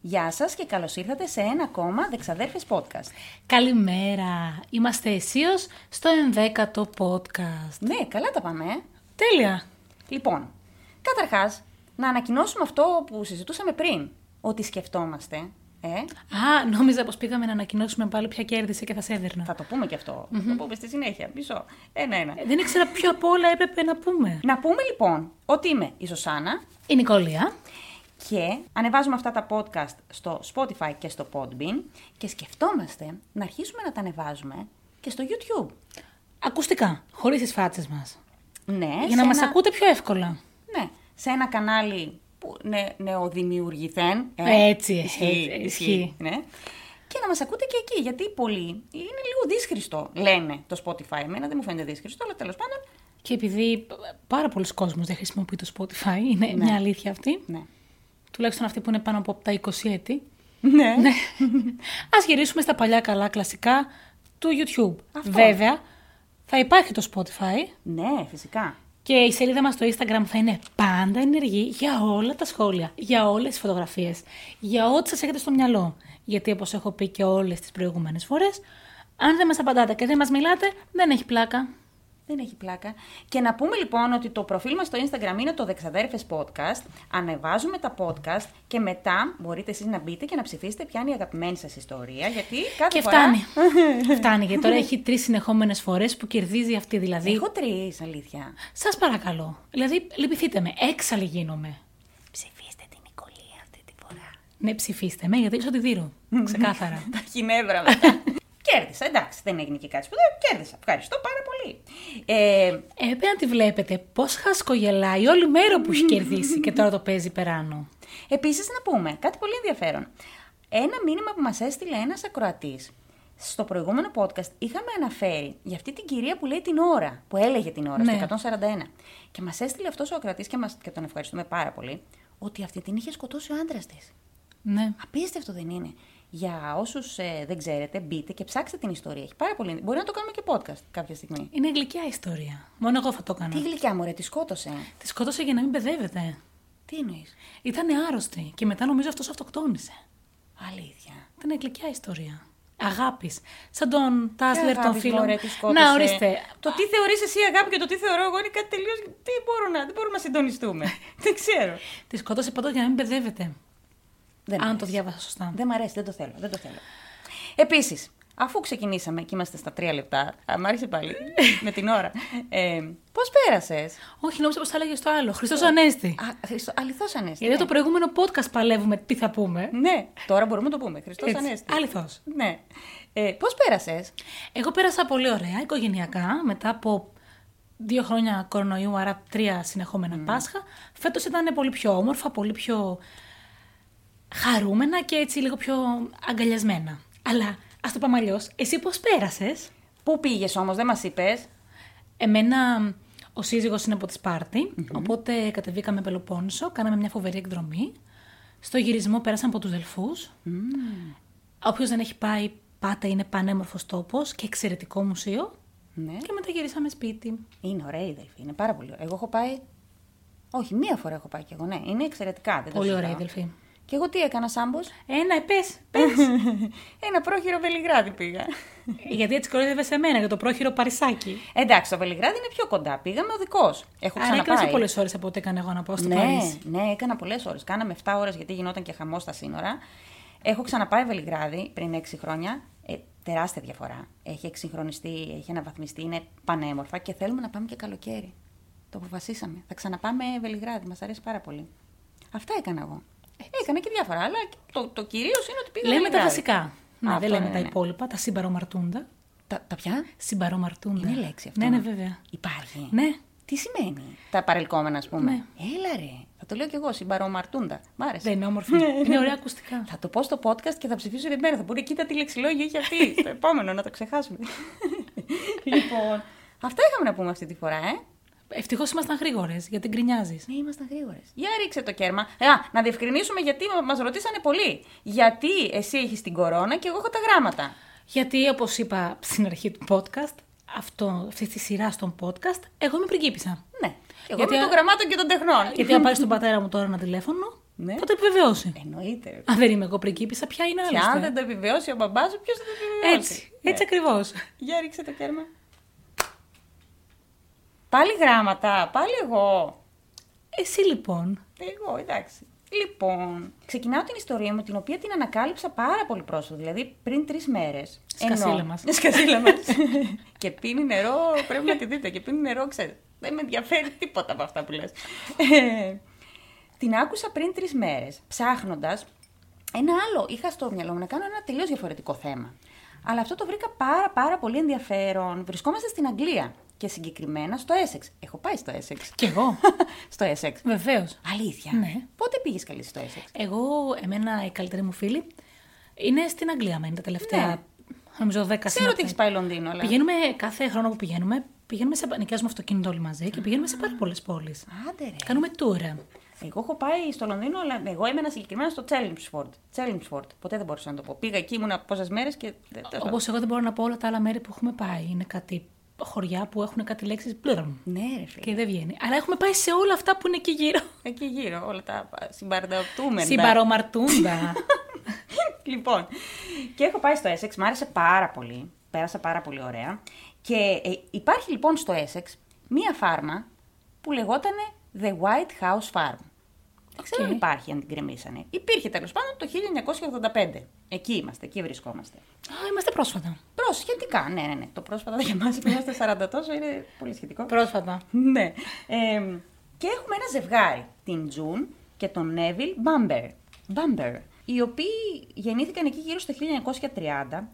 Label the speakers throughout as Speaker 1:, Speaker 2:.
Speaker 1: Γεια σας και καλώς ήρθατε σε ένα ακόμα Δεξαδέρφες Podcast.
Speaker 2: Καλημέρα! Είμαστε αισίως στο 11ο podcast.
Speaker 1: Ναι, καλά τα πάμε. ε.
Speaker 2: Τέλεια!
Speaker 1: Λοιπόν, καταρχάς, να ανακοινώσουμε αυτό που συζητούσαμε πριν, ότι σκεφτόμαστε, ε,
Speaker 2: Α, νόμιζα πως πήγαμε να ανακοινώσουμε πάλι ποια κέρδισε και θα σε έδερνα.
Speaker 1: θα το πούμε και αυτο θα το πούμε στη συνέχεια, μισό, ένα-ένα.
Speaker 2: Ε, Δεν ήξερα ποιο απ' όλα έπρεπε να πούμε.
Speaker 1: Να πούμε λοιπόν ότι είμαι η Σωσάνα
Speaker 2: Η Νικόλια.
Speaker 1: και ανεβάζουμε αυτά τα podcast στο Spotify και στο Podbean και σκεφτόμαστε να αρχίσουμε να τα ανεβάζουμε και στο YouTube.
Speaker 2: Ακουστικά, χωρίς τις φάτσες μας.
Speaker 1: Ναι,
Speaker 2: για
Speaker 1: σε
Speaker 2: να μας
Speaker 1: ένα-
Speaker 2: ακούτε πιο εύκολα.
Speaker 1: Ναι, σε ένα κανάλι που νε, νεοδημιουργηθέν. ε,
Speaker 2: Έτσι, έτσι, ισχύει.
Speaker 1: Ναι. Και να μας ακούτε και εκεί, γιατί πολλοί είναι λίγο δύσχριστο, λένε το Spotify. Εμένα δεν μου φαίνεται δύσχριστο, αλλά τέλος πάντων,
Speaker 2: Και επειδή πάρα πολλοί κόσμος δεν χρησιμοποιεί το Spotify, είναι μια αλήθεια αυτή,
Speaker 1: ναι.
Speaker 2: τουλάχιστον αυτοί που είναι πάνω από τα 20 έτη,
Speaker 1: Ναι.
Speaker 2: Ναι. Ας γυρίσουμε στα παλιά καλά κλασικά του YouTube.
Speaker 1: Αυτό.
Speaker 2: Βέβαια, θα υπάρχει το Spotify
Speaker 1: ναι, φυσικά.
Speaker 2: και η σελίδα μας στο Instagram θα είναι πάντα ενεργή για όλα τα σχόλια, για όλες τις φωτογραφίες, για ό,τι σας έχετε στο μυαλό. Γιατί όπως έχω πει και όλες τις προηγούμενες φορές, αν δεν μας απαντάτε και δεν μας μιλάτε, δεν έχει πλάκα.
Speaker 1: Δεν έχει πλάκα. Και να πούμε λοιπόν ότι το προφίλ μας στο Instagram είναι το Δεξαδέρφες Podcast. Ανεβάζουμε τα podcast και μετά μπορείτε εσείς να μπείτε και να ψηφίσετε ποια είναι η αγαπημένη σας ιστορία. Γιατί κάθε
Speaker 2: Και
Speaker 1: φορά...
Speaker 2: φτάνει. φτάνει, γιατί τώρα έχει τρεις συνεχόμενες φορές που κερδίζει αυτή δηλαδή.
Speaker 1: Έχω τρεις, αλήθεια.
Speaker 2: Σας παρακαλώ. Δηλαδή, λυπηθείτε με. Έξαλλη γίνομαι.
Speaker 1: Ψηφίστε την Νικολία αυτή τη φορά.
Speaker 2: Ναι, ψηφίστε με, γιατί είσαι ότι δίνω. Ξεκάθαρα.
Speaker 1: Τα χινεύρα μετά. κέρδισα, εντάξει, δεν έγινε και κάτι σπουδαίο. Κέρδισα. Ευχαριστώ πάρα πολύ. Ε,
Speaker 2: ε, πρέπει να τη βλέπετε πώς χασκογελάει όλη μέρα που έχει κερδίσει και τώρα το παίζει περάνω.
Speaker 1: Επίσης, να πούμε κάτι πολύ ενδιαφέρον. Ένα μήνυμα που μας έστειλε ένας ακροατής. Στο προηγούμενο podcast είχαμε αναφέρει για αυτή την κυρία που λέει την ώρα, που έλεγε την ώρα,
Speaker 2: Ναι.
Speaker 1: στο 141. Και μας έστειλε αυτός ο ακροατής και, μας- και τον ευχαριστούμε πάρα πολύ, ότι αυτή την είχε σκοτώσει ο άντρας της.
Speaker 2: Ναι.
Speaker 1: Απίστευτο δεν είναι. Για όσους δεν ξέρετε, μπείτε και ψάξτε την ιστορία. Έχει πάρα πολύ. Μπορεί να το κάνουμε και podcast κάποια στιγμή.
Speaker 2: Είναι γλυκιά ιστορία. Μόνο εγώ θα το
Speaker 1: Τι
Speaker 2: έκανα.
Speaker 1: γλυκιά μου, ρε, τη σκότωσε.
Speaker 2: Τη σκότωσε για να μην μπεδεύεται.
Speaker 1: Τι εννοείς.
Speaker 2: Ήταν άρρωστη και μετά νομίζω αυτός αυτοκτόνησε.
Speaker 1: Αλήθεια.
Speaker 2: Ήταν γλυκιά ιστορία. Αγάπης. Σαν τον Τάσλερ των
Speaker 1: αγάπης,
Speaker 2: φίλων.
Speaker 1: μωρέ, τη σκότωσε.
Speaker 2: Να ορίστε.
Speaker 1: Το τι θεωρείς εσύ αγάπη και το τι θεωρώ εγώ είναι κάτι τελείως. Τι μπορώ να, δεν μπορούμε να συντονιστούμε. δεν ξέρω.
Speaker 2: Τη σκότωσε πάντω για να μην μπεδεύεται.
Speaker 1: Δεν
Speaker 2: αν
Speaker 1: μ'
Speaker 2: το
Speaker 1: αρέσει.
Speaker 2: διάβασα σωστά.
Speaker 1: Δεν μ' αρέσει, δεν το θέλω. Δεν το θέλω. Επίσης, αφού ξεκινήσαμε και είμαστε στα τρία λεπτά, α, μ' άρεσε πάλι με την ώρα. Ε, Πώς πέρασες.
Speaker 2: Όχι, νόμιζα πως θα έλεγες το άλλο.
Speaker 1: Ε,
Speaker 2: Χριστό Ανέστη.
Speaker 1: Αληθώς ανέστη.
Speaker 2: Γιατί το προηγούμενο podcast παλεύουμε τι θα πούμε.
Speaker 1: Ναι, τώρα μπορούμε να το πούμε. Χριστός
Speaker 2: Έτσι,
Speaker 1: Ανέστη.
Speaker 2: αληθώς.
Speaker 1: Ναι. Ε, Πώς πέρασες.
Speaker 2: Εγώ πέρασα πολύ ωραία οικογενειακά μετά από δύο χρόνια κορονοϊού, άρα τρία συνεχόμενα Πάσχα. Φέτος ήταν πολύ πιο όμορφα, πολύ πιο χαρούμενα και έτσι λίγο πιο αγκαλιασμένα. Αλλά ας το πάμε αλλιώς. εσύ πώς πέρασες.
Speaker 1: Πού πήγες όμως, δεν μας είπες.
Speaker 2: Εμένα ο σύζυγος είναι από τη σπαρτη οπότε κατεβήκαμε Πελοπόννησο, κάναμε μια φοβερή εκδρομή. Στο γυρισμό πέρασαν από τους Δελφούς. Όποιος δεν έχει πάει, πάτε είναι πανέμορφος τόπος και εξαιρετικό μουσείο.
Speaker 1: Ναι.
Speaker 2: Ε, Και μετά γυρίσαμε σπίτι.
Speaker 1: Είναι ωραία η Δελφή, είναι πάρα πολύ ωραία. Εγώ έχω πάει. Όχι, μία φορά έχω πάει κι εγώ, ναι. Είναι εξαιρετικά. Δεν το
Speaker 2: Πολύ ωραία η
Speaker 1: συζητάω.
Speaker 2: Δελφή.
Speaker 1: Και εγώ τι έκανα, Σάμπος.
Speaker 2: Ένα, ε, πες,
Speaker 1: Ένα πρόχειρο Βελιγράδι πήγα.
Speaker 2: Ε. Γιατί έτσι κοροϊδεύεσαι εμένα για το πρόχειρο Παρισάκι. Εντάξει.
Speaker 1: Εντάξει, το Βελιγράδι είναι πιο κοντά. Πήγαμε οδικός. Έχω
Speaker 2: Άρα
Speaker 1: ξαναπάει.
Speaker 2: έκανες πιο πολλές ώρες από ό,τι έκανα εγώ να πάω στο
Speaker 1: ναι,
Speaker 2: Παρίσι.
Speaker 1: ναι, έκανα πολλές ώρες. Κάναμε 7 ώρες γιατί γινόταν και χαμός στα σύνορα. Έχω ξαναπάει Βελιγράδι πριν 6 χρόνια. Ε, τεράστια διαφορά. Έχει εξυγχρονιστεί, έχει αναβαθμιστεί, είναι πανέμορφα και θέλουμε να πάμε και καλοκαίρι. Το αποφασίσαμε. Θα ξαναπάμε Βελιγράδι, μας αρέσει πάρα πολύ. Αυτά έκανα εγώ. Έκανα και διάφορα, αλλά το, το κυρίως είναι ότι πήγα
Speaker 2: Λέμε τα
Speaker 1: Βελιγράδι.
Speaker 2: βασικά. Ναι,
Speaker 1: Αυτό
Speaker 2: δεν λέμε
Speaker 1: είναι,
Speaker 2: τα
Speaker 1: ναι.
Speaker 2: υπόλοιπα, τα συμπαρομαρτούντα.
Speaker 1: Τα, τα πια
Speaker 2: Συμπαρομαρτούντα.
Speaker 1: είναι λέξη αυτό.
Speaker 2: Ναι, ναι, βέβαια.
Speaker 1: Υπάρχει.
Speaker 2: Ναι.
Speaker 1: Τι σημαίνει τα παρελκόμενα, ας πούμε.
Speaker 2: Ναι.
Speaker 1: Έλα ρε. Θα το λέω κι εγώ, συμπαρομαρτούντα. Μ' άρεσε.
Speaker 2: Δεν είναι όμορφο. είναι ωραία ακουστικά.
Speaker 1: Θα το πω στο podcast και θα ψηφίσω την μέρα. Θα μπορεί κοίτα τι λεξιλόγιο έχει αυτή. στο επόμενο να το ξεχάσουμε. λοιπόν. Αυτά είχαμε να πούμε αυτή τη φορά, ε.
Speaker 2: Ευτυχώς ήμασταν γρήγορες, γιατί γκρινιάζεις.
Speaker 1: Ναι, ήμασταν γρήγορες. Για ρίξε το κέρμα. Α, να διευκρινίσουμε γιατί μα ρωτήσανε πολύ. Γιατί εσύ έχεις την κορώνα και εγώ έχω τα γράμματα.
Speaker 2: Γιατί, όπως είπα στην αρχή του podcast, αυτό, αυτή τη σειρά στον podcast, εγώ είμαι πριγκίπισσα.
Speaker 1: Ναι. Και εγώ
Speaker 2: Γιατί
Speaker 1: με
Speaker 2: α-
Speaker 1: των γραμμάτων και των τεχνών.
Speaker 2: Γιατί αν πάρει τον πατέρα μου τώρα ένα τηλέφωνο,
Speaker 1: Ναι.
Speaker 2: Θα το επιβεβαιώσει.
Speaker 1: Εννοείται. ρε.
Speaker 2: Αν δεν είμαι εγώ πριγκίπισσα, ποια είναι
Speaker 1: Και
Speaker 2: άλλωστε.
Speaker 1: αν δεν το επιβεβαιώσει ο μπαμπάς σου, ποιος θα το επιβεβαιώσει.
Speaker 2: Έτσι,
Speaker 1: Ναι.
Speaker 2: έτσι ακριβώς.
Speaker 1: Για ρίξε το κέρμα. Πάλι γράμματα, πάλι εγώ.
Speaker 2: Εσύ λοιπόν.
Speaker 1: Εγώ, εντάξει. Λοιπόν, ξεκινάω την ιστορία μου, την οποία την ανακάλυψα πάρα πολύ πρόσφατα, δηλαδή πριν τρεις μέρες.
Speaker 2: Σκασίλα μας.
Speaker 1: Σκασίλα μας. και πίνει νερό, πρέπει να τη δείτε. Και πίνει νερό, ξέρετε. Δεν με ενδιαφέρει τίποτα από αυτά που λες. την άκουσα πριν τρεις μέρες, ψάχνοντας ένα άλλο. Είχα στο μυαλό μου να κάνω ένα τελείως διαφορετικό θέμα. Αλλά αυτό το βρήκα πάρα πάρα πολύ ενδιαφέρον. Βρισκόμαστε στην Αγγλία και συγκεκριμένα στο Essex. Έχω πάει στο Essex.
Speaker 2: Κι εγώ.
Speaker 1: στο Essex.
Speaker 2: Βεβαίως.
Speaker 1: Αλήθεια.
Speaker 2: Ναι.
Speaker 1: Πότε πήγες καλή στο Essex.
Speaker 2: Εγώ, εμένα η καλύτερη μου φίλη είναι στην Αγγλία μένει τα τελευταία.
Speaker 1: Ναι.
Speaker 2: Νομίζω 10
Speaker 1: Ξέρω ότι
Speaker 2: συναπέ-
Speaker 1: έχεις πάει Λονδίνο, αλλά.
Speaker 2: Πηγαίνουμε κάθε χρόνο που πηγαίνουμε, πηγαίνουμε σε, νοικιάζουμε αυτοκίνητο όλοι μαζί και πηγαίνουμε σε πάρα πολλές πόλεις.
Speaker 1: Άντε ρε.
Speaker 2: Κάνουμε tour.
Speaker 1: Εγώ έχω πάει στο Λονδίνο, αλλά εγώ έμενα συγκεκριμένα στο Τσέλιμσφορντ. Τσέλιμσφορντ. Ποτέ δεν μπορούσα να το πω. Πήγα εκεί, ήμουνα πόσες μέρες και. δεν- τέλος
Speaker 2: Όπω
Speaker 1: πάντων.
Speaker 2: εγώ δεν μπορώ να πω όλα τα άλλα μέρη που έχουμε πάει. Είναι κάτι χωριά που έχουν κάτι λέξεις πλήρων.
Speaker 1: Ναι, ρε φίλε.
Speaker 2: Και δεν βγαίνει. Αλλά έχουμε πάει σε όλα αυτά που είναι εκεί γύρω.
Speaker 1: Εκεί γύρω, όλα τα συμπαρδαπτούμενα.
Speaker 2: Συμπαρομαρτούντα.
Speaker 1: λοιπόν, και έχω πάει στο Essex, μου άρεσε πάρα πολύ. Πέρασα πάρα πολύ ωραία. Και ε, υπάρχει λοιπόν στο Essex μία φάρμα που λεγότανε The White House Farm. Δεν ξέρω
Speaker 2: Οκ.
Speaker 1: αν υπάρχει, αν την κρεμίσανε. Υπήρχε τέλος πάντων το 1985. Εκεί είμαστε, εκεί βρισκόμαστε.
Speaker 2: Α, είμαστε πρόσφατα.
Speaker 1: Προ, σχετικά, ναι, ναι, ναι. Το πρόσφατα για μας που είμαστε 40 τόσο είναι πολύ σχετικό.
Speaker 2: Πρόσφατα.
Speaker 1: ναι. Ε, και έχουμε ένα ζευγάρι, την Τζουν και τον Νέβιλ Μπάμπερ. Μπάμπερ. Οι οποίοι γεννήθηκαν εκεί γύρω στο 1930,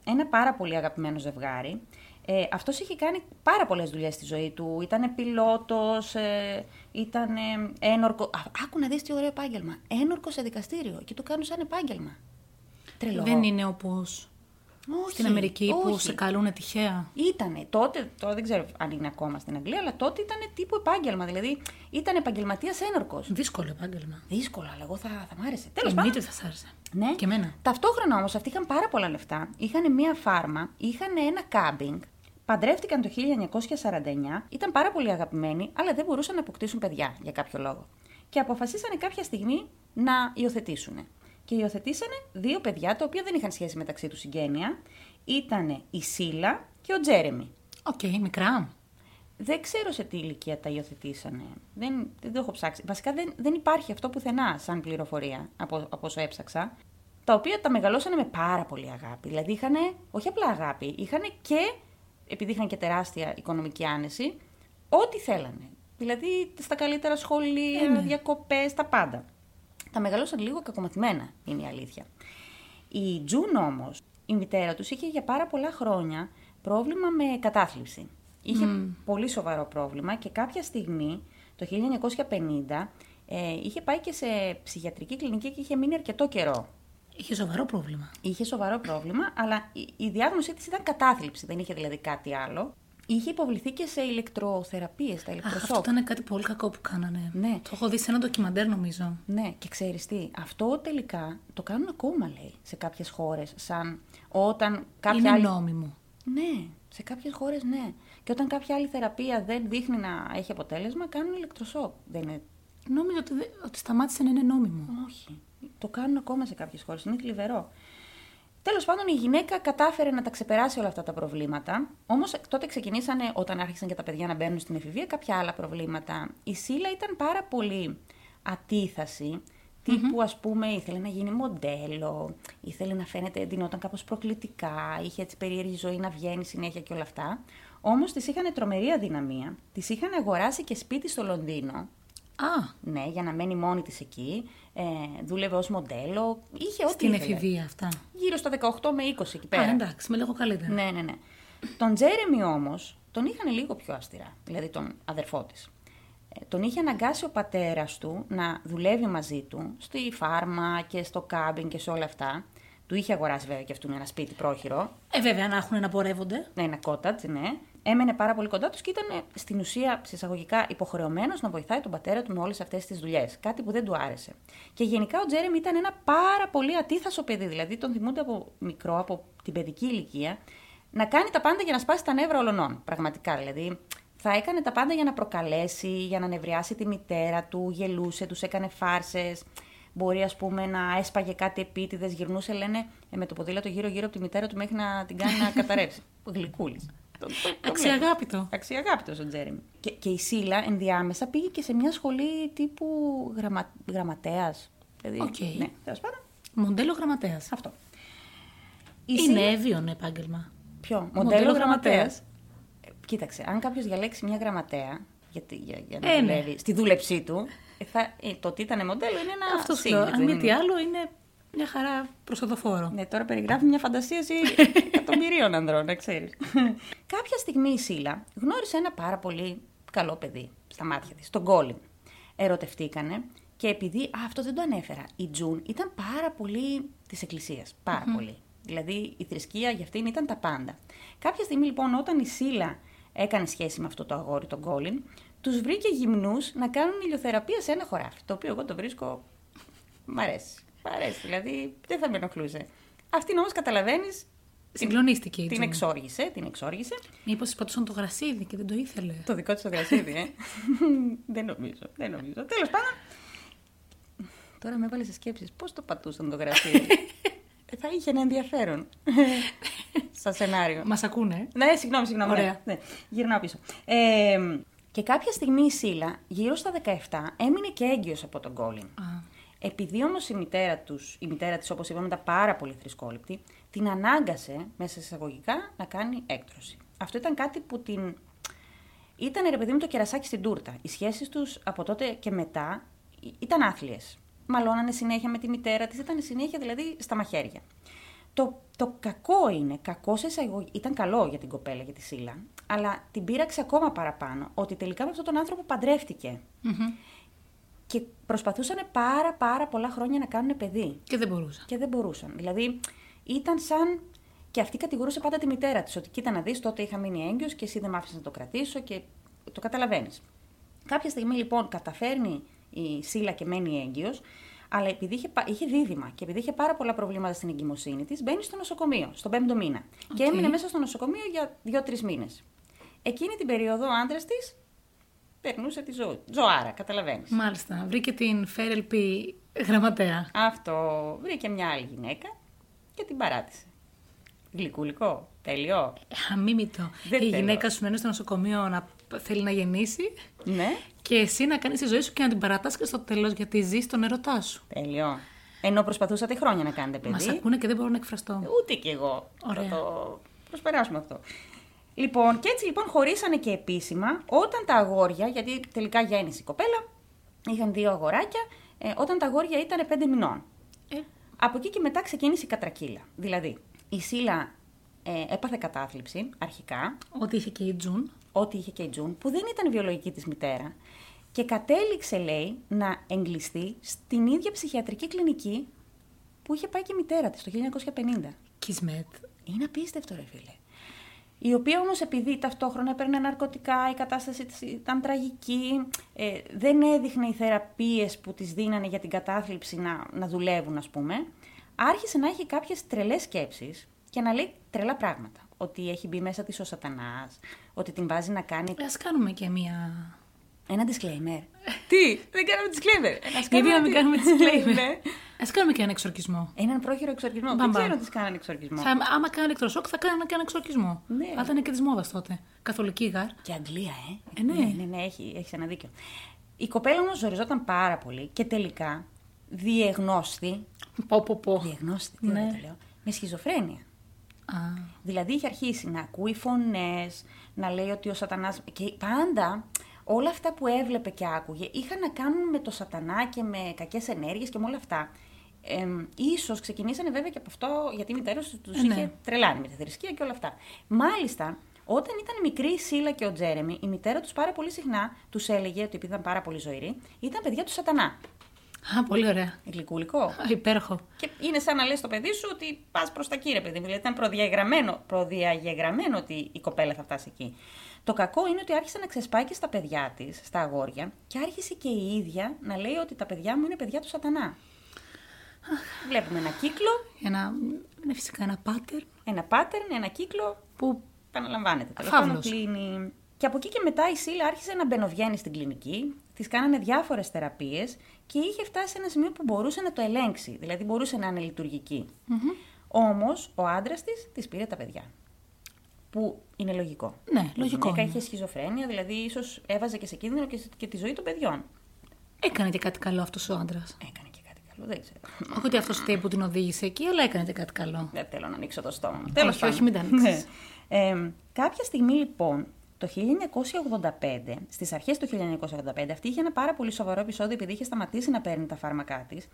Speaker 1: ένα πάρα πολύ αγαπημένο ζευγάρι. Ε, αυτός είχε κάνει πάρα πολλές δουλειές στη ζωή του. Ήταν πιλότος, ε, ήταν ε, ένορκο... Α, άκου να δεις τι ωραίο επάγγελμα. Ένορκο σε δικαστήριο και το κάνουν σαν επάγγελμα. Τρελό.
Speaker 2: Δεν είναι όπω
Speaker 1: Όχι,
Speaker 2: στην Αμερική που
Speaker 1: όχι.
Speaker 2: σε καλούν τυχαία.
Speaker 1: Ήτανε τότε, τώρα δεν ξέρω αν είναι ακόμα στην Αγγλία, αλλά τότε ήταν τύπου επάγγελμα. Δηλαδή ήταν επαγγελματίας ένορκος.
Speaker 2: Δύσκολο επάγγελμα.
Speaker 1: Δύσκολο, αλλά εγώ θα, θα μ' άρεσε. Τέλο πάντων.
Speaker 2: Εννοείται ότι θα σ' άρεσε.
Speaker 1: Ναι.
Speaker 2: Και εμένα.
Speaker 1: Ταυτόχρονα όμως αυτοί είχαν πάρα πολλά λεφτά. Είχαν μία φάρμα, είχαν ένα κάμπινγκ. Παντρεύτηκαν το 1949, ήταν πάρα πολύ αγαπημένοι, αλλά δεν μπορούσαν να αποκτήσουν παιδιά για κάποιο λόγο. Και αποφασίσανε κάποια στιγμή να υιοθετήσουν. Και υιοθετήσανε δύο παιδιά τα οποία δεν είχαν σχέση μεταξύ τους συγγένεια. Ήταν η Σίλα και ο Τζέρεμι.
Speaker 2: Οκ, μικρά.
Speaker 1: Δεν ξέρω σε τι ηλικία τα υιοθετήσανε. Δεν, δεν το έχω ψάξει. Βασικά δεν, δεν υπάρχει αυτό πουθενά σαν πληροφορία από, από όσο έψαξα. Τα οποία τα μεγαλώσανε με πάρα πολύ αγάπη. Δηλαδή είχαν όχι απλά αγάπη, είχαν και, επειδή είχαν και τεράστια οικονομική άνεση, ό,τι θέλανε. Δηλαδή στα καλύτερα σχολεία,
Speaker 2: Ε, ναι.
Speaker 1: διακοπές, τα πάντα. Τα μεγαλώσαν λίγο κακομαθημένα, είναι η αλήθεια. Η Τζουν όμως, η μητέρα τους, είχε για πάρα πολλά χρόνια πρόβλημα με κατάθλιψη. Είχε πολύ σοβαρό πρόβλημα και κάποια στιγμή, το 1950, ε, είχε πάει και σε ψυχιατρική κλινική και είχε μείνει αρκετό καιρό.
Speaker 2: Είχε σοβαρό πρόβλημα.
Speaker 1: Είχε σοβαρό πρόβλημα, αλλά η, η διάγνωσή της ήταν κατάθλιψη, δεν είχε δηλαδή κάτι άλλο. Είχε υποβληθεί και σε ηλεκτροθεραπείες, τα
Speaker 2: Αχ, αυτό
Speaker 1: ηλεκτροσόκ.
Speaker 2: ήταν κάτι πολύ κακό που κάνανε.
Speaker 1: Ναι.
Speaker 2: Το έχω δει σε ένα ντοκιμαντέρ, νομίζω.
Speaker 1: Ναι, και ξέρεις τι, αυτό τελικά το κάνουν ακόμα, λέει, σε κάποιες χώρες. Σαν όταν κάποια
Speaker 2: Είναι
Speaker 1: άλλη.
Speaker 2: νόμιμο.
Speaker 1: Ναι, σε κάποιες χώρες ναι. Και όταν κάποια άλλη θεραπεία δεν δείχνει να έχει αποτέλεσμα, κάνουν ηλεκτροσόκ. Δεν είναι.
Speaker 2: Νόμιζα ότι, δε- ότι σταμάτησε να είναι νόμιμο.
Speaker 1: Όχι. Το κάνουν ακόμα σε κάποιες χώρες. Είναι θλιβερό. Τέλος πάντων, η γυναίκα κατάφερε να τα ξεπεράσει όλα αυτά τα προβλήματα. Όμως τότε ξεκινήσανε, όταν άρχισαν και τα παιδιά να μπαίνουν στην εφηβεία, κάποια άλλα προβλήματα. Η Σίλα ήταν πάρα πολύ ατίθαση. Τύπου, ας πούμε, ήθελε να γίνει μοντέλο, ήθελε να φαίνεται, εντυνόταν κάπως προκλητικά, είχε έτσι περίεργη ζωή να βγαίνει συνέχεια και όλα αυτά. Όμως της είχαν τρομερή αδυναμία, της είχαν αγοράσει και σπίτι στο Λονδίνο,
Speaker 2: Α,
Speaker 1: ναι, για να μένει μόνη της εκεί. Ε, δούλευε ως μοντέλο. Είχε ό,τι
Speaker 2: στην
Speaker 1: ήθελε.
Speaker 2: εφηβεία αυτά.
Speaker 1: Γύρω στο 18 με 20 εκεί πέρα.
Speaker 2: Α, εντάξει, με λίγο καλύτερα.
Speaker 1: ναι, ναι, ναι. Τον Τζέρεμι όμως τον είχαν λίγο πιο αυστηρά, δηλαδή τον αδερφό της. Ε, Τον είχε αναγκάσει ο πατέρας του να δουλεύει μαζί του στη φάρμα και στο κάμπινγκ και σε όλα αυτά. Του είχε αγοράσει βέβαια και αυτού ένα σπίτι πρόχειρο,
Speaker 2: Ε, βέβαια, να έχουν να πορεύονται.
Speaker 1: ναι, ένα κότατζ, ναι. Έμενε πάρα πολύ κοντά τους και ήταν ε, στην ουσία συσσαγωγικά υποχρεωμένος να βοηθάει τον πατέρα του με όλες αυτές τις δουλειές. Κάτι που δεν του άρεσε. Και γενικά ο Τζέρεμι ήταν ένα πάρα πολύ ατίθασο παιδί. Δηλαδή τον θυμούνται από μικρό, από την παιδική ηλικία, να κάνει τα πάντα για να σπάσει τα νεύρα ολονών. Πραγματικά δηλαδή. Θα έκανε τα πάντα για να προκαλέσει, για να νευριάσει τη μητέρα του, γελούσε, τους έκανε φάρσες. μπορεί ας πούμε, να έσπαγε κάτι επίτηδες, γυρνούσε, λένε, ε, με το ποδήλατο γύρω-γύρω από τη μητέρα του μέχρι να την κάνει να καταρρεύσει. Γλυκούλης.
Speaker 2: Αξιαγάπητο.
Speaker 1: Αξιαγάπητος ο Τζέρεμι. Και, και η Σίλα ενδιάμεσα πήγε και σε μια σχολή τύπου γραμμα, γραμματέας. Δηλαδή,
Speaker 2: Οκ.
Speaker 1: Ναι, τέλος πάντων.
Speaker 2: Μοντέλο γραμματέας.
Speaker 1: Αυτό. Η
Speaker 2: Είναι
Speaker 1: Σίλα-
Speaker 2: έβιον επάγγελμα.
Speaker 1: Ποιο, μοντέλο,
Speaker 2: Μοντέλο
Speaker 1: γραμματέας.
Speaker 2: γραμματέας.
Speaker 1: Ε, Κοίταξε, αν κάποιος διαλέξει μια γραμματέα για, τη- για, για να
Speaker 2: Ε, ναι.
Speaker 1: δουλεύει στη δούλεψή του, ε, θα, ε, το ότι ήταν μοντέλο είναι ένα
Speaker 2: Αυτό σου
Speaker 1: signature,
Speaker 2: λέω. Αν
Speaker 1: δεν
Speaker 2: μη
Speaker 1: είναι.
Speaker 2: τι άλλο, είναι μια χαρά προσοδοφόρο.
Speaker 1: Ναι, τώρα περιγράφει μια φαντασίαση εκατομμυρίων ανδρών, να ξέρεις. Κάποια στιγμή η Σίλα γνώρισε ένα πάρα πολύ καλό παιδί στα μάτια της, τον Κόλιν. Ερωτευτήκανε και επειδή. Α, αυτό δεν το ανέφερα. Η Τζουν ήταν πάρα πολύ της Εκκλησίας. Πάρα πολύ. Δηλαδή η θρησκεία για αυτήν ήταν τα πάντα. Κάποια στιγμή λοιπόν, όταν η Σίλα έκανε σχέση με αυτό το αγόρι, τον Κόλιν, τους βρήκε γυμνούς να κάνουν ηλιοθεραπεία σε ένα χωράφι. Το οποίο εγώ το βρίσκω Μ' αρέσει. Μ' αρέσει. Δηλαδή δεν θα με ενοχλούσε. Αυτήν όμως καταλαβαίνεις.
Speaker 2: Συγκλονίστηκε η
Speaker 1: Την
Speaker 2: Τζουν.
Speaker 1: εξόργησε, την εξόργησε.
Speaker 2: Μήπως σπατούσαν το γρασίδι και δεν το ήθελε.
Speaker 1: Το δικό της το γρασίδι, ε. δεν νομίζω, δεν νομίζω. Τέλος πάντων. Τώρα με έβαλες σε σκέψεις. Πώς το πατούσαν το γρασίδι. Ε, θα είχε ένα ενδιαφέρον. Σαν σενάριο.
Speaker 2: Μας ακούνε. ε.
Speaker 1: Ναι, συγγνώμη, συγγνώμη.
Speaker 2: Ωραία.
Speaker 1: Ναι, ναι. Γυρνάω πίσω. Ε, και κάποια στιγμή η Σίλα, γύρω στα 17, έμεινε και έγκυος από τον Κόλιν.
Speaker 2: Α,
Speaker 1: Επειδή όμως η μητέρα, τους, η μητέρα της, όπως είπαμε, ήταν πάρα πολύ θρησκόληπτη, την ανάγκασε, μέσα σε εισαγωγικά, να κάνει έκτρωση. Αυτό ήταν κάτι που την... Ήταν, ρε παιδί μου, το κερασάκι στην τούρτα. Οι σχέσεις τους από τότε και μετά ή- ήταν άθλιες. Μαλώνανε συνέχεια με τη μητέρα της, ήταν συνέχεια δηλαδή στα μαχαίρια. Το, το κακό είναι, κακός σε εισαγωγή, ήταν καλό για την κοπέλα, για τη Σίλα, αλλά την πείραξε ακόμα παραπάνω, ότι τελικά με αυτόν τον άνθρωπο παντρεύτηκε.
Speaker 2: μμμ.
Speaker 1: Και προσπαθούσαν πάρα πάρα πολλά χρόνια να κάνουν παιδί.
Speaker 2: Και δεν μπορούσα.
Speaker 1: Και δεν μπορούσαν. Δηλαδή ήταν σαν. Και αυτή κατηγορούσε πάντα τη μητέρα της. Ότι κοίτα να δεις, τότε είχα μείνει έγκυος και εσύ δεν μ' άφησες να το κρατήσω και το καταλαβαίνεις. Κάποια στιγμή λοιπόν καταφέρνει η Σίλα και μένει έγκυος, αλλά επειδή είχε, πα- είχε δίδυμα και επειδή είχε πάρα πολλά προβλήματα στην εγκυμοσύνη της, μπαίνει στο νοσοκομείο, στον πέμπτο μήνα. Και
Speaker 2: Οκ.
Speaker 1: έμεινε μέσα στο νοσοκομείο για δύο-τρει μήνες. Εκείνη την περίοδο ο άντρας της περνούσε τη ζω... ζωάρα, καταλαβαίνεις.
Speaker 2: Μάλιστα. Βρήκε την Φέρελ Πι γραμματέα.
Speaker 1: Αυτό βρήκε μια άλλη γυναίκα και την παράτησε. Γλυκούλικο, τέλειο.
Speaker 2: Αμίμητο.
Speaker 1: Δεν
Speaker 2: Ε, η
Speaker 1: θέλω.
Speaker 2: γυναίκα σου να είναι στο νοσοκομείο να θέλει να γεννήσει
Speaker 1: Ναι,
Speaker 2: και εσύ να κάνεις τη ζωή σου και να την παρατάς και στο τέλος γιατί ζεις τον ερωτά σου.
Speaker 1: τέλειο. Ενώ προσπαθούσατε χρόνια να κάνετε παιδί.
Speaker 2: Μα ακούνε και δεν μπορώ να εκφραστώ.
Speaker 1: Ούτε κι εγώ.
Speaker 2: Ωραία.
Speaker 1: Θα το προσπεράσουμε αυτό. Λοιπόν, και έτσι λοιπόν χωρίσανε και επίσημα όταν τα αγόρια, γιατί τελικά γέννησε η κοπέλα, είχαν δύο αγοράκια, ε, όταν τα αγόρια ήταν πέντε μηνών.
Speaker 2: Ε,
Speaker 1: Από εκεί και μετά ξεκίνησε η κατρακύλα. Δηλαδή, η Σίλα ε, έπαθε κατάθλιψη αρχικά,
Speaker 2: ότι είχε και η Τζουν.
Speaker 1: ό,τι είχε και η Τζουν, που δεν ήταν βιολογική της μητέρα και κατέληξε, λέει, να εγκλειστεί στην ίδια ψυχιατρική κλινική που είχε πάει και η μητέρα της το 1950.
Speaker 2: Κισμέτ.
Speaker 1: Είναι απίστευτο, ρε φίλε. Η οποία όμως επειδή ταυτόχρονα έπαιρνε ναρκωτικά, η κατάσταση της ήταν τραγική, ε, δεν έδειχνε οι θεραπείες που της δίνανε για την κατάθλιψη να, να δουλεύουν, ας πούμε, άρχισε να έχει κάποιες τρελές σκέψεις και να λέει τρελά πράγματα. Ότι έχει μπει μέσα της ο σατανάς, ότι την βάζει να κάνει
Speaker 2: Ας Ε, κάνουμε και μία.
Speaker 1: ένα disclaimer. Τι, δεν κάναμε disclaimer. Ας
Speaker 2: Γιατί να μην κάνουμε
Speaker 1: Ναι.
Speaker 2: disclaimer. Ας κάνουμε και ένα εξορκισμό.
Speaker 1: Έναν πρόχειρο εξοργισμό. Δεν
Speaker 2: Μπαμπά.
Speaker 1: ξέρω αν της κάνανε εξοργισμό.
Speaker 2: Θα, άμα κάνω ηλεκτροσόκ, θα κάνω και ένα εξορκισμό.
Speaker 1: Ναι.
Speaker 2: Θα ήταν και της μόδας τότε. Καθολική γαρ.
Speaker 1: Και Αγγλία, ε.
Speaker 2: Ε, ναι.
Speaker 1: ναι, ναι, έχει, έχεις ένα δίκιο. Η κοπέλα όμως ζοριζόταν πάρα πολύ και τελικά διεγνώστη.
Speaker 2: Πω, πω, πω.
Speaker 1: Διεγνώστη, τι ωραία
Speaker 2: Ναι.
Speaker 1: το λέω. Με σχιζοφρένεια.
Speaker 2: Α,
Speaker 1: Δηλαδή είχε αρχίσει να ακούει φωνές, να λέει ότι ο Σατανάς. και πάντα όλα αυτά που έβλεπε και άκουγε είχαν να κάνουν με το Σατανά και με κακές ενέργειες και με όλα αυτά. Ε, ίσως ξεκινήσανε βέβαια και από αυτό γιατί η μητέρα τους τους
Speaker 2: Ε, ναι.
Speaker 1: είχε τρελάνει με τη θρησκεία και όλα αυτά. Μάλιστα, όταν ήταν μικρή η Σίλα και ο Τζέρεμι, η μητέρα τους πάρα πολύ συχνά τους έλεγε ότι επειδή ήταν πάρα πολύ ζωηροί, ήταν παιδιά του Σατανά.
Speaker 2: Α, πολύ ωραία.
Speaker 1: Γλυκούλικο.
Speaker 2: Α, υπέροχο.
Speaker 1: Και είναι σαν να λες στο παιδί σου ότι πας προς τα κύρια, παιδί μου. Δηλαδή ήταν προδιαγραμμένο, προδιαγεγραμμένο ότι η κοπέλα θα φτάσει εκεί. Το κακό είναι ότι άρχισε να ξεσπάει και στα παιδιά της, στα αγόρια, και άρχισε και η ίδια να λέει ότι τα παιδιά μου είναι παιδιά του Σατανά. Βλέπουμε ένα κύκλο,
Speaker 2: Ένα, είναι φυσικά ένα pattern
Speaker 1: ένα pattern, ένα κύκλο
Speaker 2: που
Speaker 1: επαναλαμβάνεται. Τέλος
Speaker 2: Φαύλος.
Speaker 1: πάντων, κλείνει. Και από εκεί και μετά η Σίλα άρχισε να μπαινοβγαίνει στην κλινική. Της κάνανε διάφορες θεραπείες και είχε φτάσει σε ένα σημείο που μπορούσε να το ελέγξει. Δηλαδή μπορούσε να είναι λειτουργική. Όμως ο άντρας της της πήρε τα παιδιά. Που είναι λογικό.
Speaker 2: Ναι, λογικό
Speaker 1: Η γυναίκα
Speaker 2: είναι.
Speaker 1: είχε σχιζοφρένεια, δηλαδή ίσως έβαζε και σε κίνδυνο και, και τη ζωή των παιδιών.
Speaker 2: Έκανε και κάτι καλό αυτός ο άντρας.
Speaker 1: Έκανε και κάτι καλό, δεν ξέρω.
Speaker 2: Όχι ότι αυτός φταίει που την οδήγησε εκεί, αλλά έκανε και κάτι καλό.
Speaker 1: Δεν θέλω να ανοίξω το στόμα μου. Τέλος πάντων.
Speaker 2: όχι, μην τα ανοίξεις.
Speaker 1: Ναι. Ε, κάποια στιγμή λοιπόν, το 1985, στις αρχές του 1985, αυτή είχε ένα πάρα πολύ σοβαρό επεισόδιο επειδή είχε σταματήσει να παίρνει τα φάρμακά της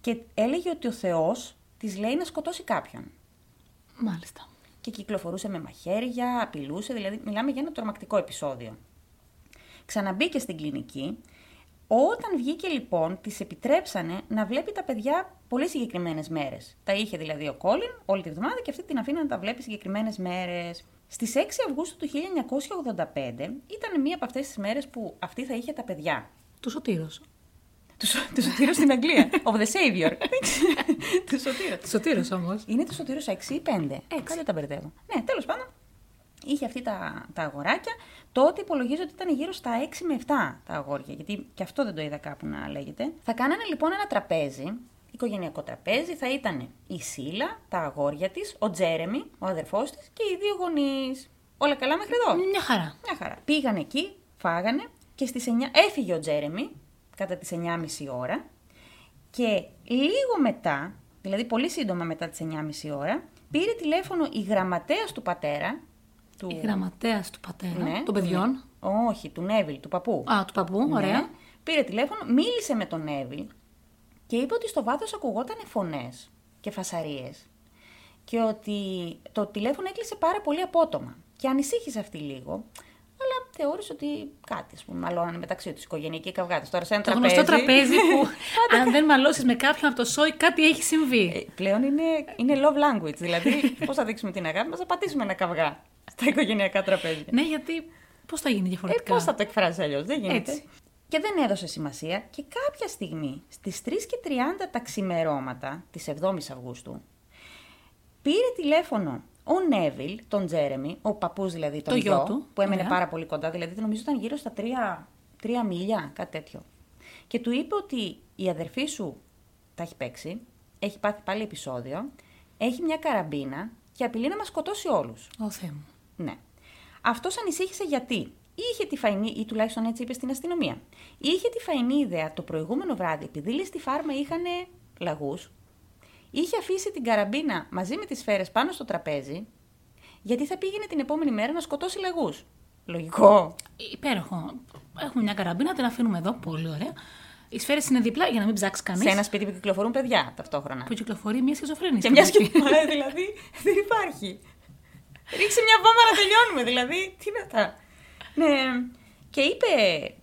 Speaker 1: και έλεγε ότι ο Θεός της λέει να σκοτώσει κάποιον.
Speaker 2: Μάλιστα.
Speaker 1: Και κυκλοφορούσε με μαχαίρια, απειλούσε, δηλαδή μιλάμε για ένα τρομακτικό επεισόδιο. Ξαναμπήκε στην κλινική. Όταν βγήκε λοιπόν, της επιτρέψανε να βλέπει τα παιδιά πολύ συγκεκριμένες μέρες. Τα είχε δηλαδή ο Κόλιν όλη τη βδομάδα και αυτή την αφήνανε να τα βλέπει συγκεκριμένες μέρες. Στις 6 Αυγούστου του 1985 ήταν μία από αυτές τις μέρες που αυτή θα είχε τα παιδιά.
Speaker 2: Του σωτήρο.
Speaker 1: Του, Σω- του Σωτήρους στην Αγγλία. Of the Savior. του Σωτήρου.
Speaker 2: Σωτήρο όμως.
Speaker 1: Είναι το Σωτήρος 6 ή 5. 6. Δεν τα μπερδεύω. Ναι, τέλος πάντων. Είχε αυτή τα, τα αγοράκια. Τότε υπολογίζω ότι ήταν γύρω στα 6 με 7 τα αγόρια. Γιατί και αυτό δεν το είδα κάπου να λέγεται. Θα κάνανε λοιπόν ένα τραπέζι. Οικογενειακό τραπέζι θα ήταν η Σίλα, τα αγόρια της, ο Τζέρεμι, ο αδερφός της και οι δύο γονείς. Όλα καλά μέχρι εδώ.
Speaker 2: Μια χαρά.
Speaker 1: Μια χαρά. Πήγαν εκεί, φάγανε και στις 9 έφυγε ο Τζέρεμι κατά τις 9.30 ώρα και λίγο μετά, δηλαδή πολύ σύντομα μετά τις 9.30 ώρα, πήρε τηλέφωνο η γραμματέας του πατέρα, του...
Speaker 2: Η γραμματέας του πατέρα,
Speaker 1: Ναι,
Speaker 2: των
Speaker 1: του-
Speaker 2: παιδιών.
Speaker 1: Όχι, του Νέβιλ, του παππού.
Speaker 2: Α, του παππού,
Speaker 1: Ναι.
Speaker 2: ωραία.
Speaker 1: Πήρε τηλέφωνο, μίλησε με τον Νέβιλ και είπε ότι στο βάθος ακουγόταν φωνές και φασαρίες και ότι το τηλέφωνο έκλεισε πάρα πολύ απότομα και ανησύχησε αυτή λίγο, αλλά θεώρησε ότι κάτι, ας πούμε, μαλώνανε μεταξύ τους οικογενειακοί καυγάτες. Τώρα σε ένα
Speaker 2: Το
Speaker 1: τραπέζι...
Speaker 2: γνωστό τραπέζι που αν δεν μαλώσεις με κάποιον από το σόι, κάτι έχει συμβεί.
Speaker 1: Ε, Πλέον είναι, είναι love language, δηλαδή πώς θα δείξουμε την αγάπη μας, θα πατήσουμε ένα καυγά στα οικογενειακά τραπέζια.
Speaker 2: Ναι, γιατί πώς θα γίνει
Speaker 1: Ε,
Speaker 2: διαφορετικά.
Speaker 1: πώς θα το εκφράσει αλλιώς, δεν γίνεται.
Speaker 2: Έτσι.
Speaker 1: Και δεν έδωσε σημασία και κάποια στιγμή στις 3 και 30 τα ξημερώματα της 7ης Αυγούστου πήρε τηλέφωνο ο Νέβιλ, τον Τζέρεμι, ο παππούς δηλαδή τον
Speaker 2: Το γιο
Speaker 1: γιο,
Speaker 2: του,
Speaker 1: που έμενε
Speaker 2: ναι.
Speaker 1: πάρα πολύ κοντά, δηλαδή νομίζω ήταν γύρω στα 3, 3 μίλια, κάτι τέτοιο. Και του είπε ότι η αδερφή σου τα έχει παίξει, έχει πάθει πάλι επεισόδιο, έχει μια καραμπίνα και απειλεί να μας σκοτώσει όλους.
Speaker 2: Ω Θεέ μου.
Speaker 1: Ναι. Αυτός ανησύχησε γιατί είχε τη φαϊνή, ή τουλάχιστον έτσι είπε στην αστυνομία, είχε τη φαϊνή ιδέα το προηγούμενο βράδυ, επειδή λες στη φάρμα είχαν λαγούς, είχε αφήσει την καραμπίνα μαζί με τις σφαίρες πάνω στο τραπέζι, γιατί θα πήγαινε την επόμενη μέρα να σκοτώσει λαγούς. Λογικό.
Speaker 2: Υπέροχο. Έχουμε μια καραμπίνα, την αφήνουμε εδώ. Πολύ ωραία. Οι σφαίρες είναι δίπλα για να μην ψάξεις κανείς.
Speaker 1: Σε ένα σπίτι που κυκλοφορούν παιδιά ταυτόχρονα.
Speaker 2: Που κυκλοφορεί μια σχιζοφρένεια.
Speaker 1: Και μια σκηνή. δηλαδή δεν υπάρχει. Ρίξε μια βόμβα να τελειώνουμε, δηλαδή. Τι είναι αυτά. Ναι. Και είπε,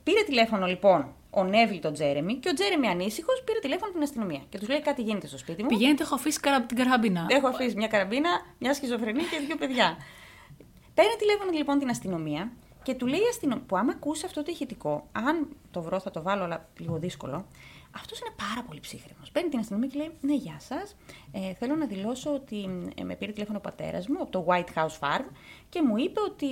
Speaker 1: πήρε τηλέφωνο λοιπόν ο Νέβιλ τον Τζέρεμι και ο Τζέρεμι ανήσυχος πήρε τηλέφωνο την αστυνομία. Και τους λέει κάτι γίνεται στο σπίτι μου.
Speaker 2: Πηγαίνετε, έχω αφήσει καρα- την καραμπίνα.
Speaker 1: Έχω αφήσει μια καραμπίνα, μια σχιζοφρενή και δύο παιδιά. Παίρνει τηλέφωνο λοιπόν την αστυνομία και του λέει η αστυνομία που άμα ακούσει αυτό το ηχητικό, αν το βρω θα το βάλω, αλλά λίγο δύσκολο. Αυτός είναι πάρα πολύ ψύχρεμος. Παίρνει την αστυνομία και λέει: Ναι, γεια σας. Ε, θέλω να δηλώσω ότι ε, με πήρε τηλέφωνο ο πατέρας μου από το White House Farm και μου είπε ότι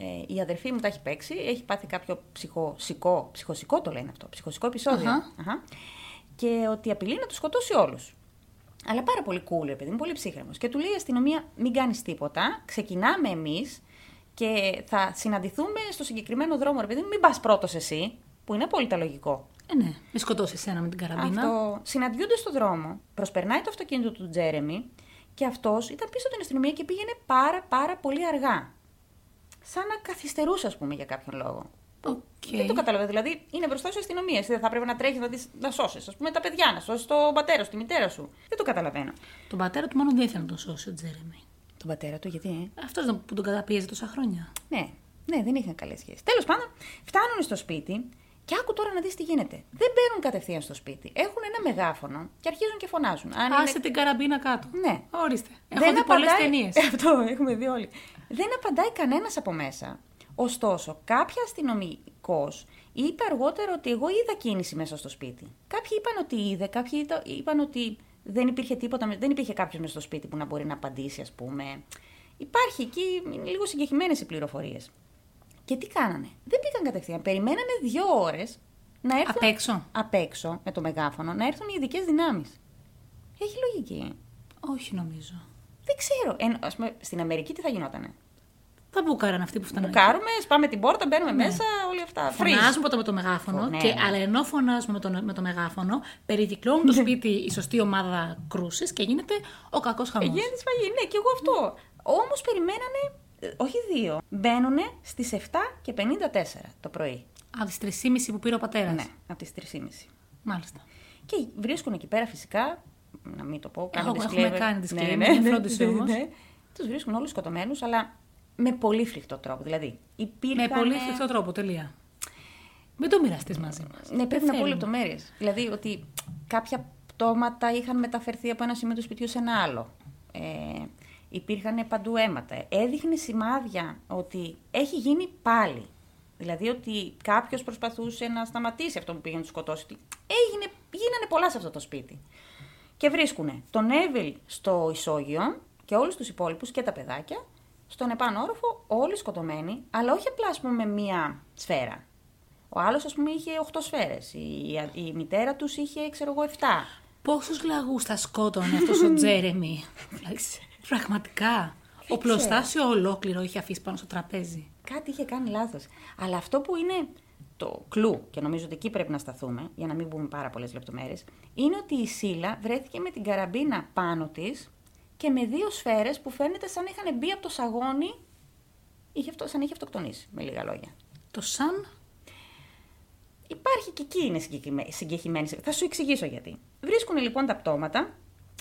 Speaker 1: ε, η αδερφή μου τα έχει παίξει. Έχει πάθει κάποιο ψυχοσικό, ψυχοσικό το λένε αυτό, ψυχοσικό επεισόδιο.
Speaker 2: Αχα.
Speaker 1: Αχα. Και ότι απειλεί να τους σκοτώσει όλους. Αλλά πάρα πολύ cool, επειδή είναι πολύ ψύχρεμος. Και του λέει η αστυνομία: Μην κάνεις τίποτα. Ξεκινάμε εμείς και θα συναντηθούμε στο συγκεκριμένο δρόμο. Επειδή μην πας πρώτος εσύ, που είναι απόλυτα λογικό.
Speaker 2: Ε, ναι. Με σκοτώσει εσένα με την καραμπίνα.
Speaker 1: Αυτό. Συναντιούνται στο δρόμο, προσπερνάει το αυτοκίνητο του Τζέρεμι και αυτός ήταν πίσω από την αστυνομία και πήγαινε πάρα πάρα πολύ αργά. Σαν να καθυστερούσε, ας πούμε, για κάποιον λόγο.
Speaker 2: Οκ.
Speaker 1: Δεν το καταλαβαίνω. Δηλαδή, είναι μπροστά σου η αστυνομία. Εσύ δεν θα πρέπει να τρέχει να, τις- να σώσεις, ας πούμε, τα παιδιά, να σώσεις τον πατέρα σου, τη μητέρα σου. Δεν το καταλαβαίνω.
Speaker 2: Τον πατέρα του μάλλον δεν ήθελε να τον σώσει ο Τζέρεμι.
Speaker 1: Τον πατέρα του, γιατί, ε?
Speaker 2: Αυτό που τον καταπίεζε τόσα χρόνια.
Speaker 1: Ναι, ναι, δεν είχαν καλές σχέσεις. Τέλος πάντων, φτάνουν στο σπίτι και άκου τώρα να δεις τι γίνεται. Δεν μπαίνουν κατευθείαν στο σπίτι. Έχουν ένα μεγάφωνο και αρχίζουν και φωνάζουν. Αν
Speaker 2: Άσε την καραμπίνα κάτω.
Speaker 1: Ναι.
Speaker 2: Ορίστε. Έχω δει πολλές ταινίε.
Speaker 1: Ε, Αυτό έχουμε δει όλοι. Δεν απαντάει κανένας από μέσα. Ωστόσο, κάποιο αστυνομικός είπε αργότερα ότι εγώ είδα κίνηση μέσα στο σπίτι. Κάποιοι είπαν ότι είδε, κάποιοι είδα- είπαν ότι δεν υπήρχε τίποτα, με- δεν υπήρχε κάποιος μέσα στο σπίτι που να μπορεί να απαντήσει, ας πούμε. Υπάρχει εκεί, είναι λίγο συγκεκριμένες οι πληροφορίες. Και τι κάνανε. Δεν πήγαν κατευθείαν. Περιμένανε δύο ώρες να έρθουν.
Speaker 2: Απ' έξω.
Speaker 1: απ' έξω, με το μεγάφωνο, να έρθουν οι ειδικές δυνάμεις. Έχει λογική.
Speaker 2: Όχι νομίζω.
Speaker 1: Δεν ξέρω. Εν, ας πούμε, στην Αμερική τι θα γινότανε.
Speaker 2: Ναι. Τα μπουκάραν αυτοί που φτάνουν. εκεί.
Speaker 1: Μπουκάρουμε, σπάμε την πόρτα, μπαίνουμε
Speaker 2: Ναι.
Speaker 1: μέσα, όλα αυτά. Freeze.
Speaker 2: Φωνάζουν πρώτα με το μεγάφωνο,
Speaker 1: Φω- ναι,
Speaker 2: και,
Speaker 1: ναι.
Speaker 2: αλλά ενώ φωνάζουμε με το, με το μεγάφωνο, περικυκλώνουν το σπίτι η σωστή ομάδα κρούσης και γίνεται ο κακός χαμός.
Speaker 1: Γίνεται σφαγή. Ναι, και εγώ αυτό. Όμως περιμένανε, ε, όχι δύο. Μπαίνουν στι 7 και 54 το πρωί.
Speaker 2: Από τις 3.30 που πήρε ο πατέρας.
Speaker 1: Ναι, από τις 3.30.
Speaker 2: Μάλιστα.
Speaker 1: Και βρίσκουν εκεί πέρα φυσικά. Να μην το πω, κάνω
Speaker 2: Έχουμε-
Speaker 1: disclaimer. Ναι,
Speaker 2: έχουμε κάνει disclaimer, είναι φρόντιση όμως.
Speaker 1: Του ναι, βρίσκουν όλους σκοτωμένους, αλλά με πολύ φρικτό τρόπο. Δηλαδή, υπήρχαν.
Speaker 2: Με πολύ φρικτό τρόπο, τελεία. Μην το μοιραστείς μαζί μας.
Speaker 1: Ναι, πρέπει να πω λεπτομέρειες. Δηλαδή ότι κάποια πτώματα είχαν μεταφερθεί από ένα σημείο του σπιτιού σε ένα άλλο. Ε, υπήρχαν παντού αίματα. Έδειχνε σημάδια ότι έχει γίνει πάλι. Δηλαδή ότι κάποιος προσπαθούσε να σταματήσει αυτό που πήγε να του σκοτώσει. Τι- Έγινε, γίνανε πολλά σε αυτό το σπίτι. Και βρίσκουνε τον Εύελ στο ισόγειο και όλους τους υπόλοιπους και τα παιδάκια στον επάνω όροφο, όλοι σκοτωμένοι, αλλά όχι απλά ας πούμε, με μία σφαίρα. Ο άλλος, ας πούμε, είχε 8 σφαίρες. Η, η, μητέρα τους είχε, ξέρω εγώ, 7.
Speaker 2: Πόσους λαγούς θα σκότωνε αυτός ο Τζέρεμι. Εντάξει, Πραγματικά. Ο πλωστάσιο ολόκληρο είχε αφήσει πάνω στο τραπέζι.
Speaker 1: Κάτι είχε κάνει λάθος. Αλλά αυτό που είναι το κλου, και νομίζω ότι εκεί πρέπει να σταθούμε, για να μην πούμε πάρα πολλές λεπτομέρειες, είναι ότι η Σίλα βρέθηκε με την καραμπίνα πάνω της και με δύο σφαίρες που φαίνεται σαν είχαν μπει από το σαγόνι. Είχε αυτό, σαν είχε αυτοκτονήσει, με λίγα λόγια.
Speaker 2: Το Σαν
Speaker 1: Υπάρχει και εκεί είναι συγκεκριμέ- συγκεχημένη. Θα σου εξηγήσω γιατί. Βρίσκουν λοιπόν τα πτώματα,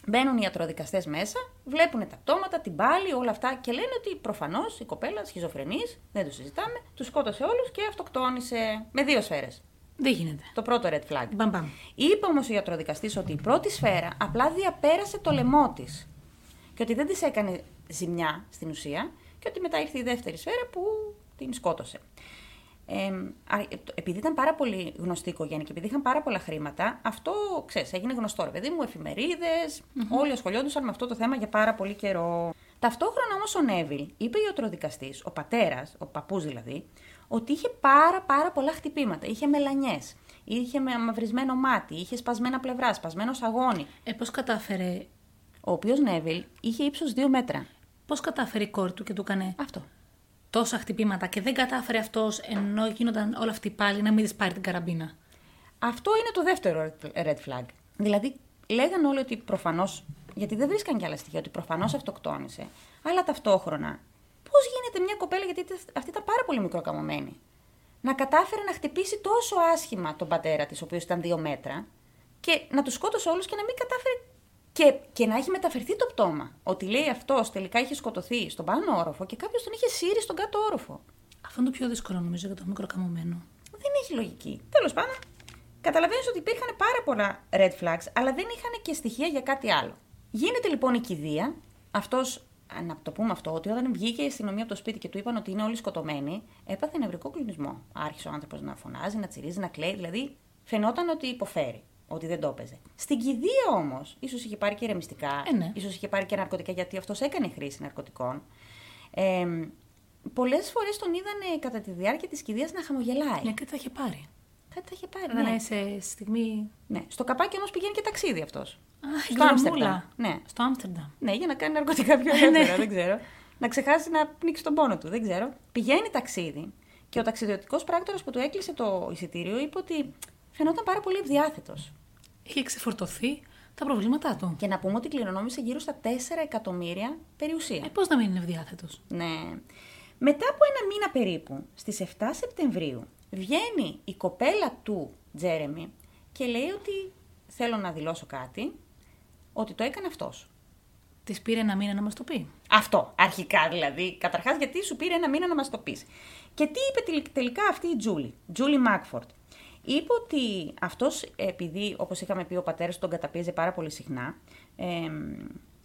Speaker 1: μπαίνουν οι ιατροδικαστές μέσα, βλέπουν τα πτώματα, την πάλη, όλα αυτά και λένε ότι προφανώς η κοπέλα σχιζοφρενής, δεν το συζητάμε, τους σκότωσε όλους και αυτοκτόνησε με δύο σφαίρες.
Speaker 2: δεν γίνεται.
Speaker 1: Το πρώτο red flag.
Speaker 2: Μπαμ, μπαμ.
Speaker 1: Είπε όμως ο ιατροδικαστής ότι η πρώτη σφαίρα απλά διαπέρασε το λαιμό της και ότι δεν της έκανε ζημιά στην ουσία και ότι μετά ήρθε η δεύτερη σφαίρα που την σκότωσε. Ε, α, επειδή ήταν πάρα πολύ γνωστή η οικογένεια και επειδή είχαν πάρα πολλά χρήματα, αυτό ξέρεις, έγινε γνωστό ρε παιδί μου, εφημερίδες, όλοι ασχολιόντουσαν με αυτό το θέμα για πάρα πολύ καιρό. Ταυτόχρονα όμως ο Νέβιλ είπε ο ιατροδικαστής, ο πατέρας, ο παππούς δηλαδή, ότι είχε πάρα πάρα πολλά χτυπήματα, είχε μελανιές, είχε με αμαυρισμένο μάτι, είχε σπασμένα πλευρά, σπασμένος σαγόνι,
Speaker 2: Ε, πώς κατάφερε,
Speaker 1: ο οποίος Νέβιλ είχε ύψος 2 μέτρα.
Speaker 2: πώς κατάφερε η κόρη του και του έκανε
Speaker 1: Αυτό.
Speaker 2: τόσα χτυπήματα και δεν κατάφερε αυτός ενώ γίνονταν όλα αυτοί πάλι να μην της πάρει την καραμπίνα.
Speaker 1: Αυτό είναι το δεύτερο red flag. Δηλαδή, λέγανε όλοι ότι προφανώς. Γιατί δεν βρίσκαν κι άλλα στοιχεία, ότι προφανώς αυτοκτόνησε. Αλλά ταυτόχρονα, πώς γίνεται μια κοπέλα, γιατί ήταν- αυτή ήταν πάρα πολύ μικροκαμωμένη, να κατάφερε να χτυπήσει τόσο άσχημα τον πατέρα της, ο οποίος ήταν δύο μέτρα, και να τους σκότωσε όλους και να μην κατάφερε. Και, και να έχει μεταφερθεί το πτώμα. Ότι λέει αυτός τελικά είχε σκοτωθεί στον πάνω όροφο και κάποιος τον είχε σύρει στον κάτω όροφο.
Speaker 2: Αυτό είναι το πιο δύσκολο νομίζω για το μικροκαμωμένο.
Speaker 1: Δεν έχει λογική. Τέλος πάντων, καταλαβαίνεις ότι υπήρχαν πάρα πολλά red flags, αλλά δεν είχαν και στοιχεία για κάτι άλλο. Γίνεται λοιπόν η κηδεία. Αυτός, να το πούμε αυτό, ότι όταν βγήκε η αστυνομία από το σπίτι και του είπαν ότι είναι όλοι σκοτωμένοι, έπαθε νευρικό κλονισμό. Άρχισε ο άνθρωπος να φωνάζει, να τσιρίζει, να κλαίει. Δηλαδή, φαινόταν ότι υποφέρει, ότι δεν το έπαιζε. Στην κηδεία όμως, ίσως είχε πάρει και ρεμιστικά,
Speaker 2: Ε, ναι.
Speaker 1: ίσως είχε πάρει και ναρκωτικά, γιατί αυτός έκανε χρήση ναρκωτικών. Ε, Πολλές φορές τον είδανε κατά τη διάρκεια της κηδείας να χαμογελάει.
Speaker 2: Ναι, κάτι τα είχε πάρει.
Speaker 1: Κάτι τα είχε πάρει.
Speaker 2: Ήταν
Speaker 1: Ναι.
Speaker 2: σε στιγμή.
Speaker 1: ναι. Στο καπάκι όμως πηγαίνει και ταξίδι αυτός.
Speaker 2: Α, η
Speaker 1: Στο Άμστερνταμ.
Speaker 2: γλωμούλα.
Speaker 1: Ναι.
Speaker 2: Στο Άμστερνταμ.
Speaker 1: ναι, για να κάνει ναρκωτικά πιο
Speaker 2: Ναι.
Speaker 1: ελεύθερα, δεν ξέρω. Να ξεχάσει να πνίξει τον πόνο του, δεν ξέρω. Πηγαίνει ταξίδι και ο ταξιδιωτικός πράκτορας που του έκλεισε το εισιτήριο είπε ότι φαινόταν πάρα πολύ ευδιάθετος.
Speaker 2: Είχε ξεφορτωθεί τα προβλήματά του.
Speaker 1: Και να πούμε ότι κληρονόμησε γύρω στα 4 εκατομμύρια περιουσία.
Speaker 2: Ε, πώς να μην είναι ευδιάθετος.
Speaker 1: Ναι. Μετά από ένα μήνα περίπου, στις 7 Σεπτεμβρίου, βγαίνει η κοπέλα του Τζέρεμι και λέει ότι θέλω να δηλώσω κάτι, ότι το έκανε αυτός.
Speaker 2: Της πήρε ένα μήνα να μας το πει.
Speaker 1: Αυτό, αρχικά δηλαδή. Καταρχάς, γιατί σου πήρε ένα μήνα να μας το πεις. Και τι είπε τελ- τελικά αυτή η Τζούλη, Τζούλη Μάκφορντ. Είπε ότι αυτός, επειδή, όπως είχαμε πει, ο πατέρας του τον καταπίεζε πάρα πολύ συχνά, εμ,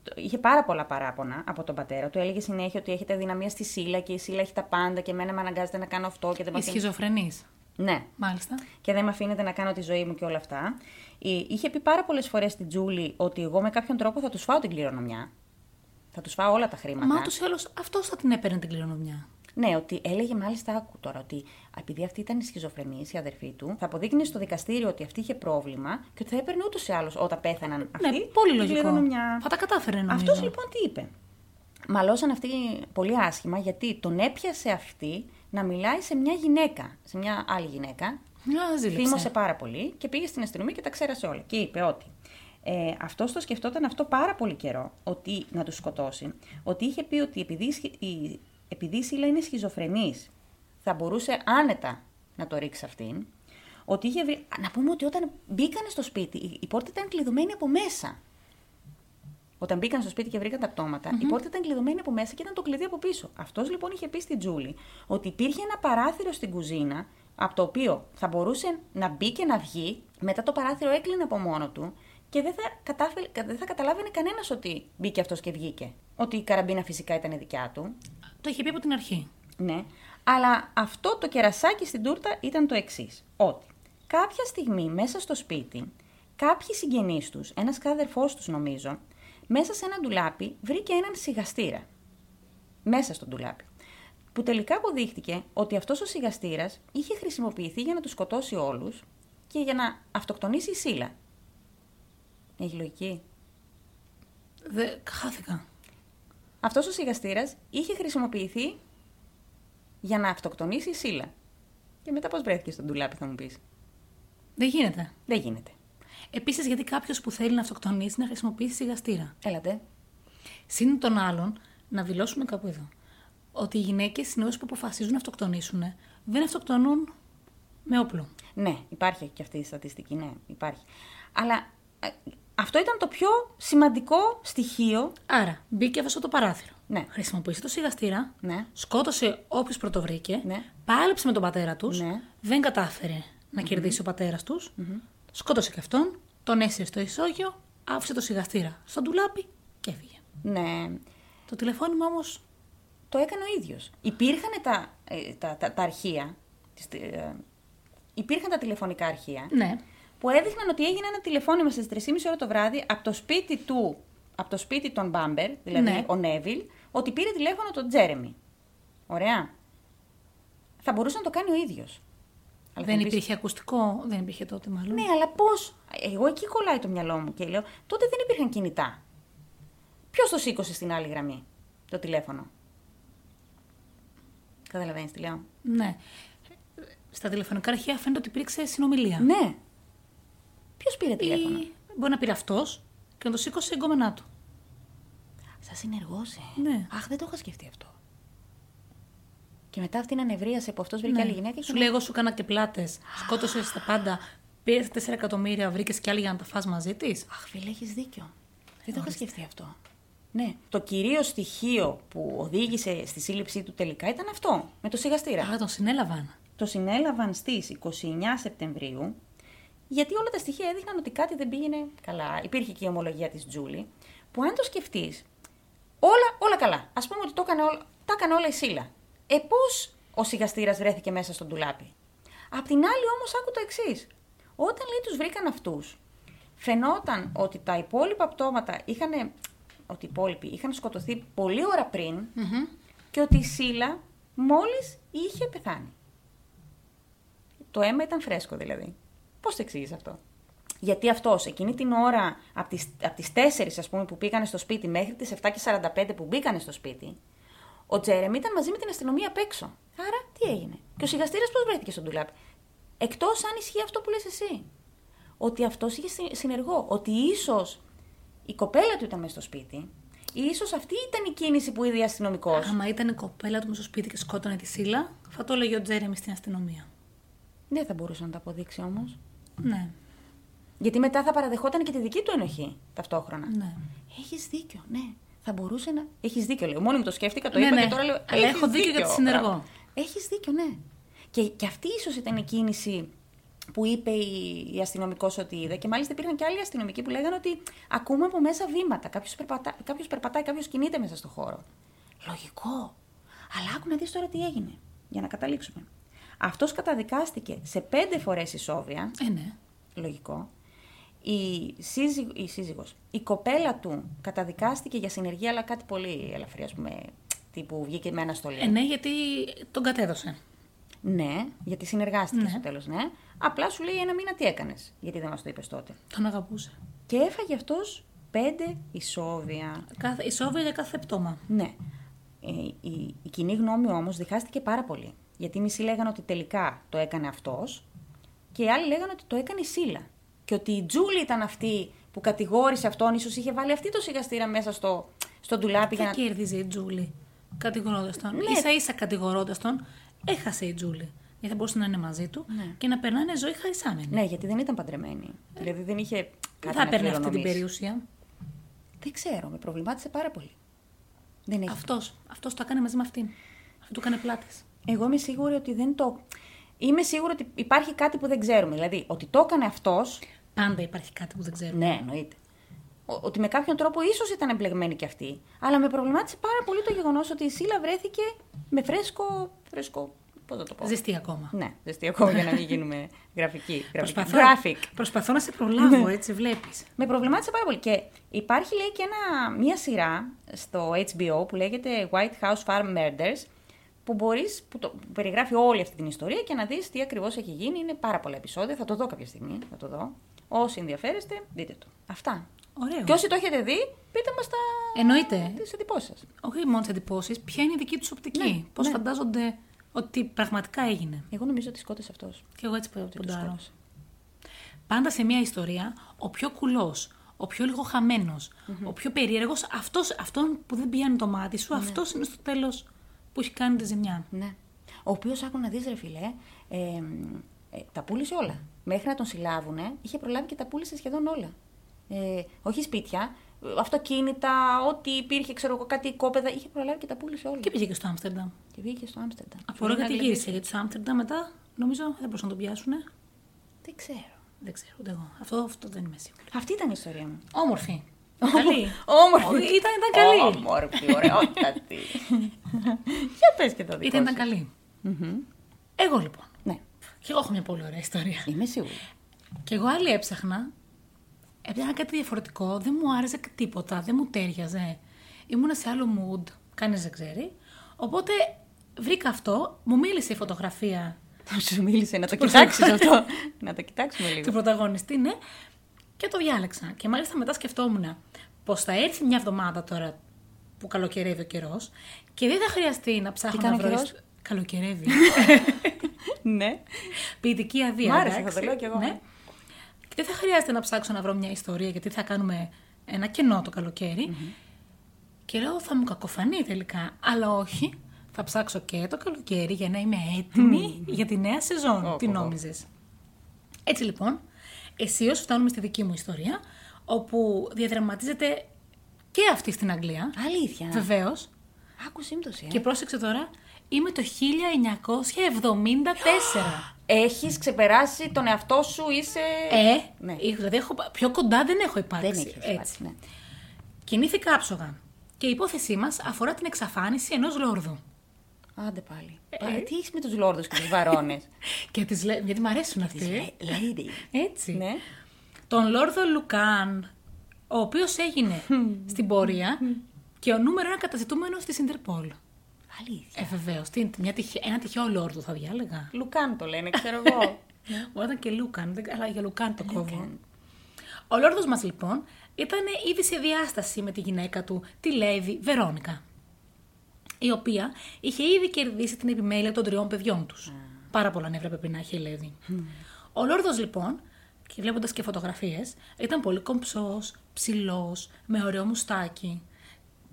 Speaker 1: το- είχε πάρα πολλά παράπονα από τον πατέρα του. Έλεγε συνέχεια ότι έχετε δυναμία στη Σίλα και η Σίλα έχει τα πάντα και εμένα με αναγκάζεται να κάνω αυτό και δεν με
Speaker 2: Η
Speaker 1: αφήνει.
Speaker 2: σχιζοφρενής.
Speaker 1: Ναι,
Speaker 2: Μάλιστα.
Speaker 1: και δεν με αφήνετε να κάνω τη ζωή μου και όλα αυτά. Ε, Είχε πει πάρα πολλές φορές στην Τζούλη ότι εγώ με κάποιον τρόπο θα τους φάω την κληρονομιά. Θα τους φάω όλα τα χρήματα.
Speaker 2: Μα ούτως ή άλλως αυτός θα την έπαιρνε την κληρονομιά.
Speaker 1: Ναι, ότι έλεγε μάλιστα, άκου τώρα, ότι επειδή αυτή ήταν σχιζοφρενής, η αδερφή του, θα αποδείκνυε στο δικαστήριο ότι αυτή είχε πρόβλημα και ότι θα έπαιρνε ούτως ή άλλως όταν πέθαναν αυτοί.
Speaker 2: Ναι, πολύ
Speaker 1: τους
Speaker 2: λογικό.
Speaker 1: πλήρωνε Μια...
Speaker 2: Θα τα κατάφερε νομίζω.
Speaker 1: Αυτός λοιπόν τι είπε. Μαλώσαν αυτοί πολύ άσχημα γιατί τον έπιασε αυτή να μιλάει σε μια γυναίκα, σε μια άλλη γυναίκα.
Speaker 2: Μια ζήλεψε.
Speaker 1: Θύμωσε πάρα πολύ και πήγε στην αστυνομία και τα ξέρασε όλα. Και είπε ότι ε, αυτός το σκεφτόταν αυτό πάρα πολύ καιρό, ότι να τους σκοτώσει. Ότι είχε πει ότι επειδή, η σχι- η, επειδή η Σίλα είναι σχιζοφρενής, θα μπορούσε άνετα να το ρίξει αυτήν. Ότι είχε βρει. Να πούμε ότι όταν μπήκανε στο σπίτι, η, η πόρτα ήταν κλειδωμένη από μέσα. Όταν μπήκαν στο σπίτι και βρήκαν τα πτωματα η πόρτα ήταν κλειδωμένη από μέσα και ήταν το κλειδί από πίσω. Αυτός λοιπόν είχε πει στην Τζούλη ότι υπήρχε ένα παράθυρο στην κουζίνα, από το οποίο θα μπορούσε να μπει και να βγει. Μετά το παράθυρο έκλεινε από μόνο του και δεν θα, κατάφε- κα- δεν θα καταλάβαινε κανένας ότι μπήκε αυτός και βγήκε. Ότι η καραμπίνα φυσικά ήταν δικιά του.
Speaker 2: Το είχε πει από την αρχή.
Speaker 1: Ναι. Αλλά αυτό το κερασάκι στην τούρτα ήταν το εξής. Ότι κάποια στιγμή μέσα στο σπίτι, κάποιοι συγγενείς τους, ένας κάδερφός τους νομίζω, μέσα σε ένα ντουλάπι βρήκε έναν σιγαστήρα. Μέσα στο ντουλάπι. Που τελικά αποδείχτηκε ότι αυτός ο σιγαστήρας είχε χρησιμοποιηθεί για να τους σκοτώσει όλους και για να αυτοκτονήσει η Σίλα. Έχει λογική.
Speaker 2: Δε... Χάθηκα.
Speaker 1: Αυτός ο σιγαστήρας είχε χρησιμοποιηθεί για να αυτοκτονήσει η Σίλα. Και μετά πώς βρέθηκε στον ντουλάπι, θα μου πεις.
Speaker 2: Δεν γίνεται.
Speaker 1: Δεν γίνεται.
Speaker 2: Επίσης, γιατί κάποιος που θέλει να αυτοκτονήσει να χρησιμοποιήσει σιγαστήρα.
Speaker 1: Έλατε.
Speaker 2: Συν των άλλων, να δηλώσουμε κάπου εδώ. Ότι οι γυναίκες συνήθω που αποφασίζουν να αυτοκτονήσουν δεν αυτοκτονούν με όπλο.
Speaker 1: Ναι, υπάρχει και αυτή η στατιστική, ναι, υπάρχει. Αλλά ε, αυτό ήταν το πιο σημαντικό στοιχείο.
Speaker 2: Άρα, μπήκε αυτό το παράθυρο.
Speaker 1: Ναι.
Speaker 2: Χρησιμοποίησε το σιγαστήρα.
Speaker 1: Ναι.
Speaker 2: Σκότωσε όποιους πρωτοβρήκε.
Speaker 1: Ναι.
Speaker 2: Πάλεψε με τον πατέρα τους.
Speaker 1: Ναι.
Speaker 2: Δεν κατάφερε να κερδίσει ο πατέρας τους. Σκότωσε και αυτόν. Τον έσυρε στο ισόγειο. Άφησε το σιγαστήρα στον τουλάπι και έφυγε.
Speaker 1: Ναι,
Speaker 2: Το τηλεφώνημα όμως.
Speaker 1: το έκανε ο ίδιος. Υπήρχαν τα, ε, τα, τα, τα αρχεία. τις, ε, υπήρχαν τα τηλεφωνικά αρχεία.
Speaker 2: Ναι.
Speaker 1: που έδειχναν ότι έγινε ένα τηλεφώνημα στις 3.30 ώρα το βράδυ από το σπίτι του, από το σπίτι των Μπάμπερ, δηλαδή
Speaker 2: Ναι.
Speaker 1: ο Νέβιλ, ότι πήρε τηλέφωνο τον Τζέρεμι. Ωραία. Θα μπορούσε να το κάνει ο ίδιος. Αλλά
Speaker 2: δεν
Speaker 1: θα μου πεις,
Speaker 2: υπήρχε ακουστικό. Δεν υπήρχε τότε μάλλον.
Speaker 1: Ναι, αλλά πώς. Εγώ εκεί κολλάει το μυαλό μου και λέω, τότε δεν υπήρχαν κινητά. Ποιος το σήκωσε στην άλλη γραμμή το τηλέφωνο. Καταλαβαίνεις τι λέω.
Speaker 2: Ναι. Στα τηλεφωνικά αρχεία φαίνεται ότι υπήρξε συνομιλία.
Speaker 1: Ναι. Ποιος πήρε τηλέφωνο.
Speaker 2: Ή μπορεί να πήρε αυτός και να το σήκωσε εγκόμενά του.
Speaker 1: Σα συνεργώσε.
Speaker 2: Ναι.
Speaker 1: ε. Αχ, δεν το είχα σκεφτεί αυτό. Και μετά αυτή να νευρίασε που αυτός βρήκε
Speaker 2: Ναι.
Speaker 1: άλλη γυναίκα.
Speaker 2: Σου λέει: Εγώ σου έκανα και πλάτες. Σκότωσες τα πάντα. Πήρες 4 εκατομμύρια, βρήκες κι άλλη για να τα φας μαζί της.
Speaker 1: Αχ, φίλε, έχεις δίκιο. Δεν το είχα σκεφτεί αυτό. Ναι. Το κυρίως στοιχείο που οδήγησε στη σύλληψή του τελικά ήταν αυτό. Με το σιγαστήρα.
Speaker 2: Άρα τον συνέλαβαν.
Speaker 1: Το συνέλαβαν στις 29 Σεπτεμβρίου. Γιατί όλα τα στοιχεία έδειχναν ότι κάτι δεν πήγαινε καλά. Υπήρχε και η ομολογία της Τζούλη. Που αν το σκεφτείς, όλα, όλα καλά. Ας πούμε ότι το έκανε όλα, τα έκανε όλα η Σίλα. Ε, πώς ο σιγαστήρας βρέθηκε μέσα στον τουλάπι. Απ' την άλλη όμως άκου το εξής. Όταν λέει τους βρήκαν αυτούς, φαινόταν ότι τα υπόλοιπα πτώματα είχαν. Ότι οι υπόλοιποι είχαν σκοτωθεί πολλή ώρα πριν και ότι η Σίλα μόλις είχε πεθάνει. Το αίμα ήταν φρέσκο δηλαδή. Πώς το εξήγησε αυτό. Γιατί αυτός εκείνη την ώρα, από τις, απ' τις 4 ας πούμε που πήγανε στο σπίτι μέχρι τις 7.45 που μπήκανε στο σπίτι, ο Τζέρεμι ήταν μαζί με την αστυνομία απ' έξω. Άρα τι έγινε. Και ο σιγαστήρας πώς βρέθηκε στον τουλάπι. Εκτός αν ισχύει αυτό που λες εσύ. Ότι αυτός είχε συ- συνεργό. Ότι ίσως η κοπέλα του ήταν μέσα στο σπίτι. Ή ίσως αυτή ήταν η κίνηση που είδε η αστυνομικός.
Speaker 2: Άμα ήταν η κοπέλα του μες στο σπίτι και σκότωνε τη Σίλα, θα το έλεγε ο Τζέρεμι στην αστυνομία.
Speaker 1: Δεν Ναι, θα μπορούσε να τα αποδείξει όμως.
Speaker 2: Ναι,
Speaker 1: Γιατί μετά θα παραδεχόταν και τη δική του ενοχή ταυτόχρονα.
Speaker 2: ναι.
Speaker 1: Έχεις δίκιο, ναι. Θα μπορούσε να. Έχεις δίκιο, λέω. Μόλι μου το σκέφτηκα, το
Speaker 2: Ναι,
Speaker 1: είπα
Speaker 2: ναι.
Speaker 1: και τώρα λέω.
Speaker 2: Αλλά
Speaker 1: «Έχεις
Speaker 2: έχω δίκιο για τη συνεργό».
Speaker 1: Έχεις δίκιο, ναι. Και, και αυτή ίσως ήταν η κίνηση που είπε η, η αστυνομικός ότι είδε. Και μάλιστα υπήρχαν και άλλοι αστυνομικοί που λέγανε ότι ακούμε από μέσα βήματα. Κάποιος περπατά, κάποιος περπατάει, κάποιος κινείται μέσα στο χώρο. Λογικό. Αλλά άκου να δεις τώρα τι έγινε. Για να καταλήξουμε. Αυτός καταδικάστηκε σε πέντε φορές ισόβια
Speaker 2: Ε, ναι.
Speaker 1: λογικό. Η, σύζυ, η σύζυγος, η κοπέλα του καταδικάστηκε για συνεργεία, αλλά κάτι πολύ ελαφρύ, ας πούμε, αυτή που βγήκε με αναστολή.
Speaker 2: Ε, ναι, γιατί τον κατέδωσε.
Speaker 1: Ναι, γιατί συνεργάστηκε
Speaker 2: Ναι.
Speaker 1: στο τέλος, ναι. Απλά σου λέει ένα μήνα τι έκανες, γιατί δεν μας το είπες τότε.
Speaker 2: Τον αγαπούσε.
Speaker 1: Και έφαγε αυτός πέντε ισόβια.
Speaker 2: Κάθε, ισόβια για κάθε πτώμα.
Speaker 1: Ναι. Ε, Η, η, κοινή γνώμη όμως διχάστηκε πάρα πολύ. Γιατί μισοί λέγανε ότι τελικά το έκανε αυτός και οι άλλοι λέγανε ότι το έκανε η Σίλα. Και ότι η Τζούλη ήταν αυτή που κατηγόρησε αυτόν, ίσως είχε βάλει αυτή το σιγαστήρα μέσα στο, στο ντουλάπι
Speaker 2: Τι
Speaker 1: για να.
Speaker 2: κέρδιζε η Τζούλη κατηγορώντας τον.
Speaker 1: Ναι.
Speaker 2: σα ίσα κατηγορώντας τον, έχασε η Τζούλη. Γιατί θα μπορούσε να είναι μαζί του
Speaker 1: Ναι.
Speaker 2: και να περνάνε ζωή χαρισάμενη.
Speaker 1: Ναι, γιατί δεν ήταν παντρεμένη. Δηλαδή δεν είχε.
Speaker 2: Δεν
Speaker 1: κάτι
Speaker 2: θα
Speaker 1: να
Speaker 2: έπαιρνε αυτή την
Speaker 1: κληρονομήσει.
Speaker 2: περιουσία.
Speaker 1: Δεν ξέρω, με προβλημάτισε πάρα πολύ. Δεν έχει.
Speaker 2: Αυτός αυτός το έκανε μαζί με αυτήν. Αυτό του έκανε πλάτη.
Speaker 1: Εγώ είμαι σίγουρη ότι δεν το. Είμαι σίγουρη ότι υπάρχει κάτι που δεν ξέρουμε. Δηλαδή, ότι το έκανε αυτός.
Speaker 2: Πάντα υπάρχει κάτι που δεν ξέρουμε.
Speaker 1: Ναι, εννοείται. Ο- ότι με κάποιον τρόπο ίσως ήταν εμπλεγμένη κι αυτή. Αλλά με προβλημάτισε πάρα πολύ το γεγονός ότι η Σίλα βρέθηκε με φρέσκο. φρέσκο. Πώς θα το πω.
Speaker 2: Ζεστή ακόμα.
Speaker 1: Ναι, ζεστή ακόμα για να μην γίνουμε γραφική. γραφική.
Speaker 2: Προσπαθώ,
Speaker 1: Graphic. Ναι.
Speaker 2: προσπαθώ να σε προλάβω, έτσι βλέπεις.
Speaker 1: Με προβλημάτισε πάρα πολύ. Και υπάρχει λέει και ένα, μια σειρά στο HBO που λέγεται White House Farm Murders που μπορείς, που, το, που περιγράφει όλη αυτή την ιστορία και να δεις τι ακριβώς έχει γίνει. Είναι πάρα πολλά επεισόδια, θα το δω κάποια στιγμή, θα το δω. Όσοι ενδιαφέρεστε, δείτε το. Αυτά.
Speaker 2: Ωραίο.
Speaker 1: Και όσοι το έχετε δει, πείτε μας τα...
Speaker 2: Εννοείται.
Speaker 1: τις εντυπώσεις σας.
Speaker 2: Όχι μόνο τις εντυπώσεις, ποια είναι η δική τους οπτική.
Speaker 1: Ναι,
Speaker 2: Πώς
Speaker 1: ναι.
Speaker 2: φαντάζονται ότι πραγματικά έγινε.
Speaker 1: Εγώ νομίζω ότι σκότωσε αυτός.
Speaker 2: Και εγώ έτσι που
Speaker 1: Ότι το
Speaker 2: ποντάρω.
Speaker 1: σκότωσε.
Speaker 2: Πάντα σε μια ιστορία, ο πιο κουλός, ο πιο λίγο χαμένος, ο πιο περίεργος, αυτός, αυτόν που δεν πιάνει το μάτι σου, αυτός αυτός είναι στο τέλος που έχει κάνει τη ζημιά.
Speaker 1: Ναι. Ο οποίος άκου να δεις, ρε φιλέ, ε, ε, τα πούλησε όλα. Μέχρι να τον συλλάβουνε, είχε προλάβει και τα πούλησε σχεδόν όλα. Ε, όχι σπίτια, ε, αυτοκίνητα, ό,τι υπήρχε, ξέρω εγώ, κάτι οικόπεδα. Είχε προλάβει και τα πούλησε όλα.
Speaker 2: Και
Speaker 1: Και,
Speaker 2: πήγε και στο Άμστερνταμ.
Speaker 1: βγήκε στο Άμστερνταμ.
Speaker 2: Απορώ
Speaker 1: Σου λέει
Speaker 2: γιατί
Speaker 1: να
Speaker 2: γύρισε,
Speaker 1: γλεντήσει.
Speaker 2: γιατί στο Άμστερνταμ μετά νομίζω δεν μπορούσαν να τον πιάσουν.
Speaker 1: Δεν ξέρω.
Speaker 2: Δεν ξέρω ούτε εγώ. Αυτό, αυτό δεν είμαι σίγουρη.
Speaker 1: Αυτή ήταν η ιστορία μου.
Speaker 2: Όμορφη. Καλή.
Speaker 1: Όμορφη.
Speaker 2: Ήταν, ήταν καλή.
Speaker 1: Όμορφη, ωραιότατη. Για πες και το δικό
Speaker 2: Ήταν, ήταν
Speaker 1: σου.
Speaker 2: καλή. Εγώ λοιπόν.
Speaker 1: Ναι,
Speaker 2: Και εγώ έχω μια πολύ ωραία ιστορία.
Speaker 1: είμαι σίγουρη.
Speaker 2: Και εγώ άλλη έψαχνα. Έψαχνα κάτι διαφορετικό. Δεν μου άρεσε τίποτα. Δεν μου τέριαζε. Ήμουνα σε άλλο mood. Κανείς δεν ξέρει. Οπότε βρήκα αυτό. Μου μίλησε η φωτογραφία
Speaker 1: Θα σου μίλησε να το
Speaker 2: Προς-
Speaker 1: κοιτάξεις αυτό. να το κοιτάξουμε λίγο.
Speaker 2: του πρωταγωνιστή, ναι. Και το διάλεξα. Και μάλιστα μετά σκεφτόμουν πως θα έρθει μια εβδομάδα τώρα που καλοκαιρεύει ο καιρός και δεν θα χρειαστεί να ψάχνω
Speaker 1: Τι
Speaker 2: να
Speaker 1: κάνει ο
Speaker 2: βρω.
Speaker 1: καιρός?
Speaker 2: Καλοκαιρεύει.
Speaker 1: ναι.
Speaker 2: Ποιητική αδεία.
Speaker 1: Μ' άρεσε,
Speaker 2: εντάξει.
Speaker 1: θα το λέω κι εγώ.
Speaker 2: Ναι. Και δεν θα χρειάζεται να ψάξω να βρω μια ιστορία γιατί θα κάνουμε ένα κενό το καλοκαιρι Και λέω θα μου κακοφανεί τελικά. Αλλά όχι, θα ψάξω και το καλοκαίρι για να είμαι έτοιμη για τη νέα σεζόν.
Speaker 1: Ω,
Speaker 2: τι
Speaker 1: πω, πω.
Speaker 2: νόμιζες. Έτσι λοιπόν, αισίω φτάνουμε στη δική μου ιστορία, όπου διαδραματίζεται και αυτή στην Αγγλία.
Speaker 1: Αλήθεια.
Speaker 2: Βεβαίως.
Speaker 1: Άκου σύμπτωση. ε.
Speaker 2: Και πρόσεξε τώρα, είμαι το 1974.
Speaker 1: Έχεις ξεπεράσει τον εαυτό σου, είσαι.
Speaker 2: Ε,
Speaker 1: Ναι.
Speaker 2: ε, δηλαδή έχω, πιο κοντά δεν έχω υπάρξει.
Speaker 1: δεν έχεις
Speaker 2: Έτσι.
Speaker 1: έτσι. Ναι.
Speaker 2: Κινήθηκα άψογα. Και η υπόθεσή μας αφορά την εξαφάνιση ενός λόρδου.
Speaker 1: Άντε πάλι. Πα- τι έχεις με τους λόρδους και τους βαρώνε.
Speaker 2: Και τις λέ... Γιατί μου αρέσουν αυτοί. ε?
Speaker 1: Lady.
Speaker 2: Έτσι.
Speaker 1: Ναι.
Speaker 2: Τον λόρδο Λουκάν, ο οποίος έγινε στην πορεία και ο νούμερο ένα καταζητούμενο της Ιντερπόλ.
Speaker 1: Αλήθεια.
Speaker 2: Ε, βεβαίως. Ένα τυχαίο λόρδο θα διάλεγα.
Speaker 1: Λουκάν το λένε, ξέρω εγώ.
Speaker 2: Μπορεί να ήταν και Λούκαν, δεν- αλλά για Λουκάν
Speaker 1: Ε, ναι.
Speaker 2: το κόβω. Ο λόρδος μας λοιπόν ήταν ήδη σε διάσταση με τη γυναίκα του, τη Λέιδη Βερόνικα. Η οποία είχε ήδη κερδίσει την επιμέλεια των τριών παιδιών τους. Πάρα πολλά νεύρα πρέπει να έχει η Λέιδη. Ο λόρδος λοιπόν, και βλέποντας και φωτογραφίες, ήταν πολύ κομψός, ψηλός, με ωραίο μουστάκι.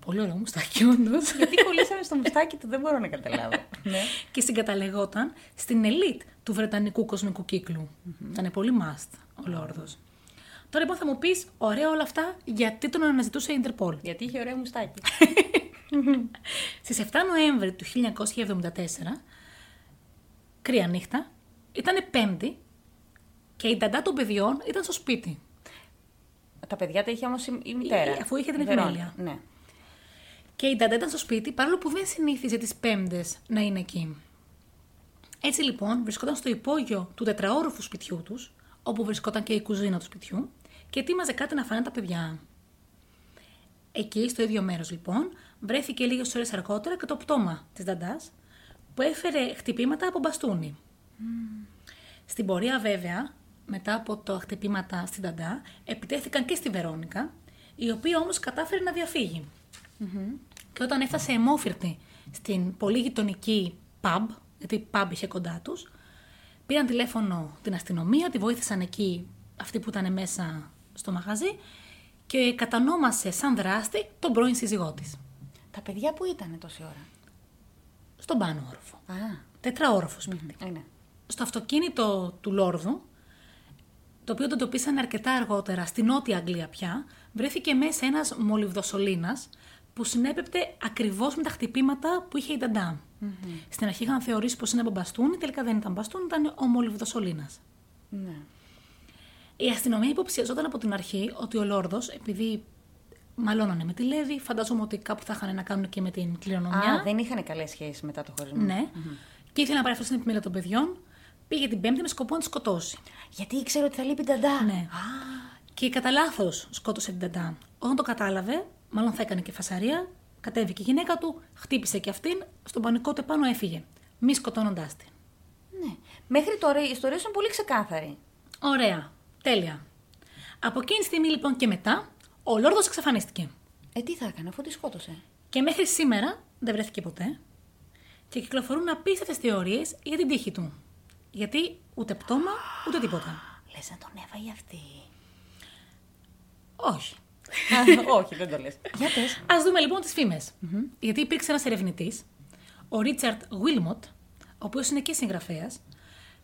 Speaker 2: Πολύ ωραίο μουστάκι, όντως.
Speaker 1: Γιατί κολλήσαμε στο μουστάκι του, δεν μπορώ να καταλάβω. ναι.
Speaker 2: και συγκαταλεγόταν στην ελίτ του Βρετανικού κοσμικού κύκλου. Ήταν πολύ must ο Λόρδος. Τώρα λοιπόν θα μου πεις, ωραία όλα αυτά, γιατί τον αναζητούσε η Ιντερπόλ.
Speaker 1: Γιατί είχε ωραίο μουστάκι.
Speaker 2: Στις 7 Νοέμβρη του 1974, κρύα νύχτα, ήταν πέμπτη και η νταντά των παιδιών ήταν στο σπίτι.
Speaker 1: τα παιδιά τα είχε όμως η, η μητέρα.
Speaker 2: Ε, αφού είχε την
Speaker 1: Η Βερόνικα.
Speaker 2: επιμέλεια.
Speaker 1: Ναι.
Speaker 2: Και η Νταντά ήταν στο σπίτι, παρόλο που δεν συνήθιζε τις Πέμπτες να είναι εκεί. Έτσι λοιπόν βρισκόταν στο υπόγειο του τετραόροφου σπιτιού τους, όπου βρισκόταν και η κουζίνα του σπιτιού, και ετοίμαζε κάτι να φάνε τα παιδιά. Εκεί, στο ίδιο μέρος λοιπόν, βρέθηκε λίγες ώρες αργότερα και το πτώμα της Νταντάς, που έφερε χτυπήματα από μπαστούνι. Στην πορεία, βέβαια, μετά από τα χτυπήματα στην Νταντά, επιτέθηκαν και στη Βερόνικα, η οποία όμως κατάφερε να διαφυγει Και όταν έφτασε αιμόφυρτη στην πολύ γειτονική pub, γιατί η pub είχε κοντά τους, πήραν τηλέφωνο την αστυνομία, τη βοήθησαν εκεί αυτοί που ήταν μέσα στο μαγαζί και κατανόμασε σαν δράστη τον πρώην σύζυγό της.
Speaker 1: Τα παιδιά που ήταν τόση ώρα.
Speaker 2: Στον πάνω όροφο.
Speaker 1: Α,
Speaker 2: Τετραόροφος σπίτι.
Speaker 1: ε, ναι.
Speaker 2: στο αυτοκίνητο του Λόρδου, το οποίο τον τοπίσανε αρκετά αργότερα στη Νότια Αγγλία πια, βρέθηκε μέσα ένας μολυβδοσολίνας που συνέπεπτε ακριβώς με τα χτυπήματα που είχε η ντανταμ Στην αρχή είχαν θεωρήσει πως είναι από μπαστούνι, τελικά δεν ήταν μπαστούνι, ήταν ο μολυβδοσολίνας.
Speaker 1: ναι.
Speaker 2: Η αστυνομία υποψιαζόταν από την αρχή ότι ο Λόρδος, επειδή μαλώνανε με τη Λέβη, φαντάζομαι ότι κάπου θα είχαν να κάνουν και με την κληρονομιά.
Speaker 1: Α, δεν είχαν καλές σχέσεις μετά το χωρισμό.
Speaker 2: Ναι. Και ήθελε να πάρει αυτό στην επιμέλεια των παιδιών. Πήγε την Πέμπτη με σκοπό να τη σκοτώσει.
Speaker 1: Γιατί ήξερε ότι θα λείπει η Νταντά.
Speaker 2: Ναι. Και κατά λάθος σκότωσε την Ταντά. Όταν το κατάλαβε, μάλλον θα έκανε και φασαρία, κατέβηκε η γυναίκα του, χτύπησε και αυτήν, στον πανικό του επάνω έφυγε. Μη σκοτώνοντάς την.
Speaker 1: ναι. Μέχρι τώρα η ιστορία σου είναι πολύ ξεκάθαρη.
Speaker 2: Ωραία. Τέλεια. Από εκείνη τη στιγμή λοιπόν και μετά, ο Λόρδος εξαφανίστηκε.
Speaker 1: Ε, τι θα έκανε αφού τη σκότωσε.
Speaker 2: Και μέχρι σήμερα δεν βρέθηκε ποτέ. Και κυκλοφορούν απίστευτες θεωρίες για την τύχη του. Γιατί ούτε πτώμα ούτε τίποτα.
Speaker 1: Λες να τον έφαγε αυτή.
Speaker 2: Όχι.
Speaker 1: Όχι, δεν το λες. Για πες.
Speaker 2: Ας δούμε λοιπόν τις φημε Γιατί υπήρξε ένας ερευνητής, ο Ρίτσαρτ Βίλμοντ, ο οποίος είναι και συγγραφέας,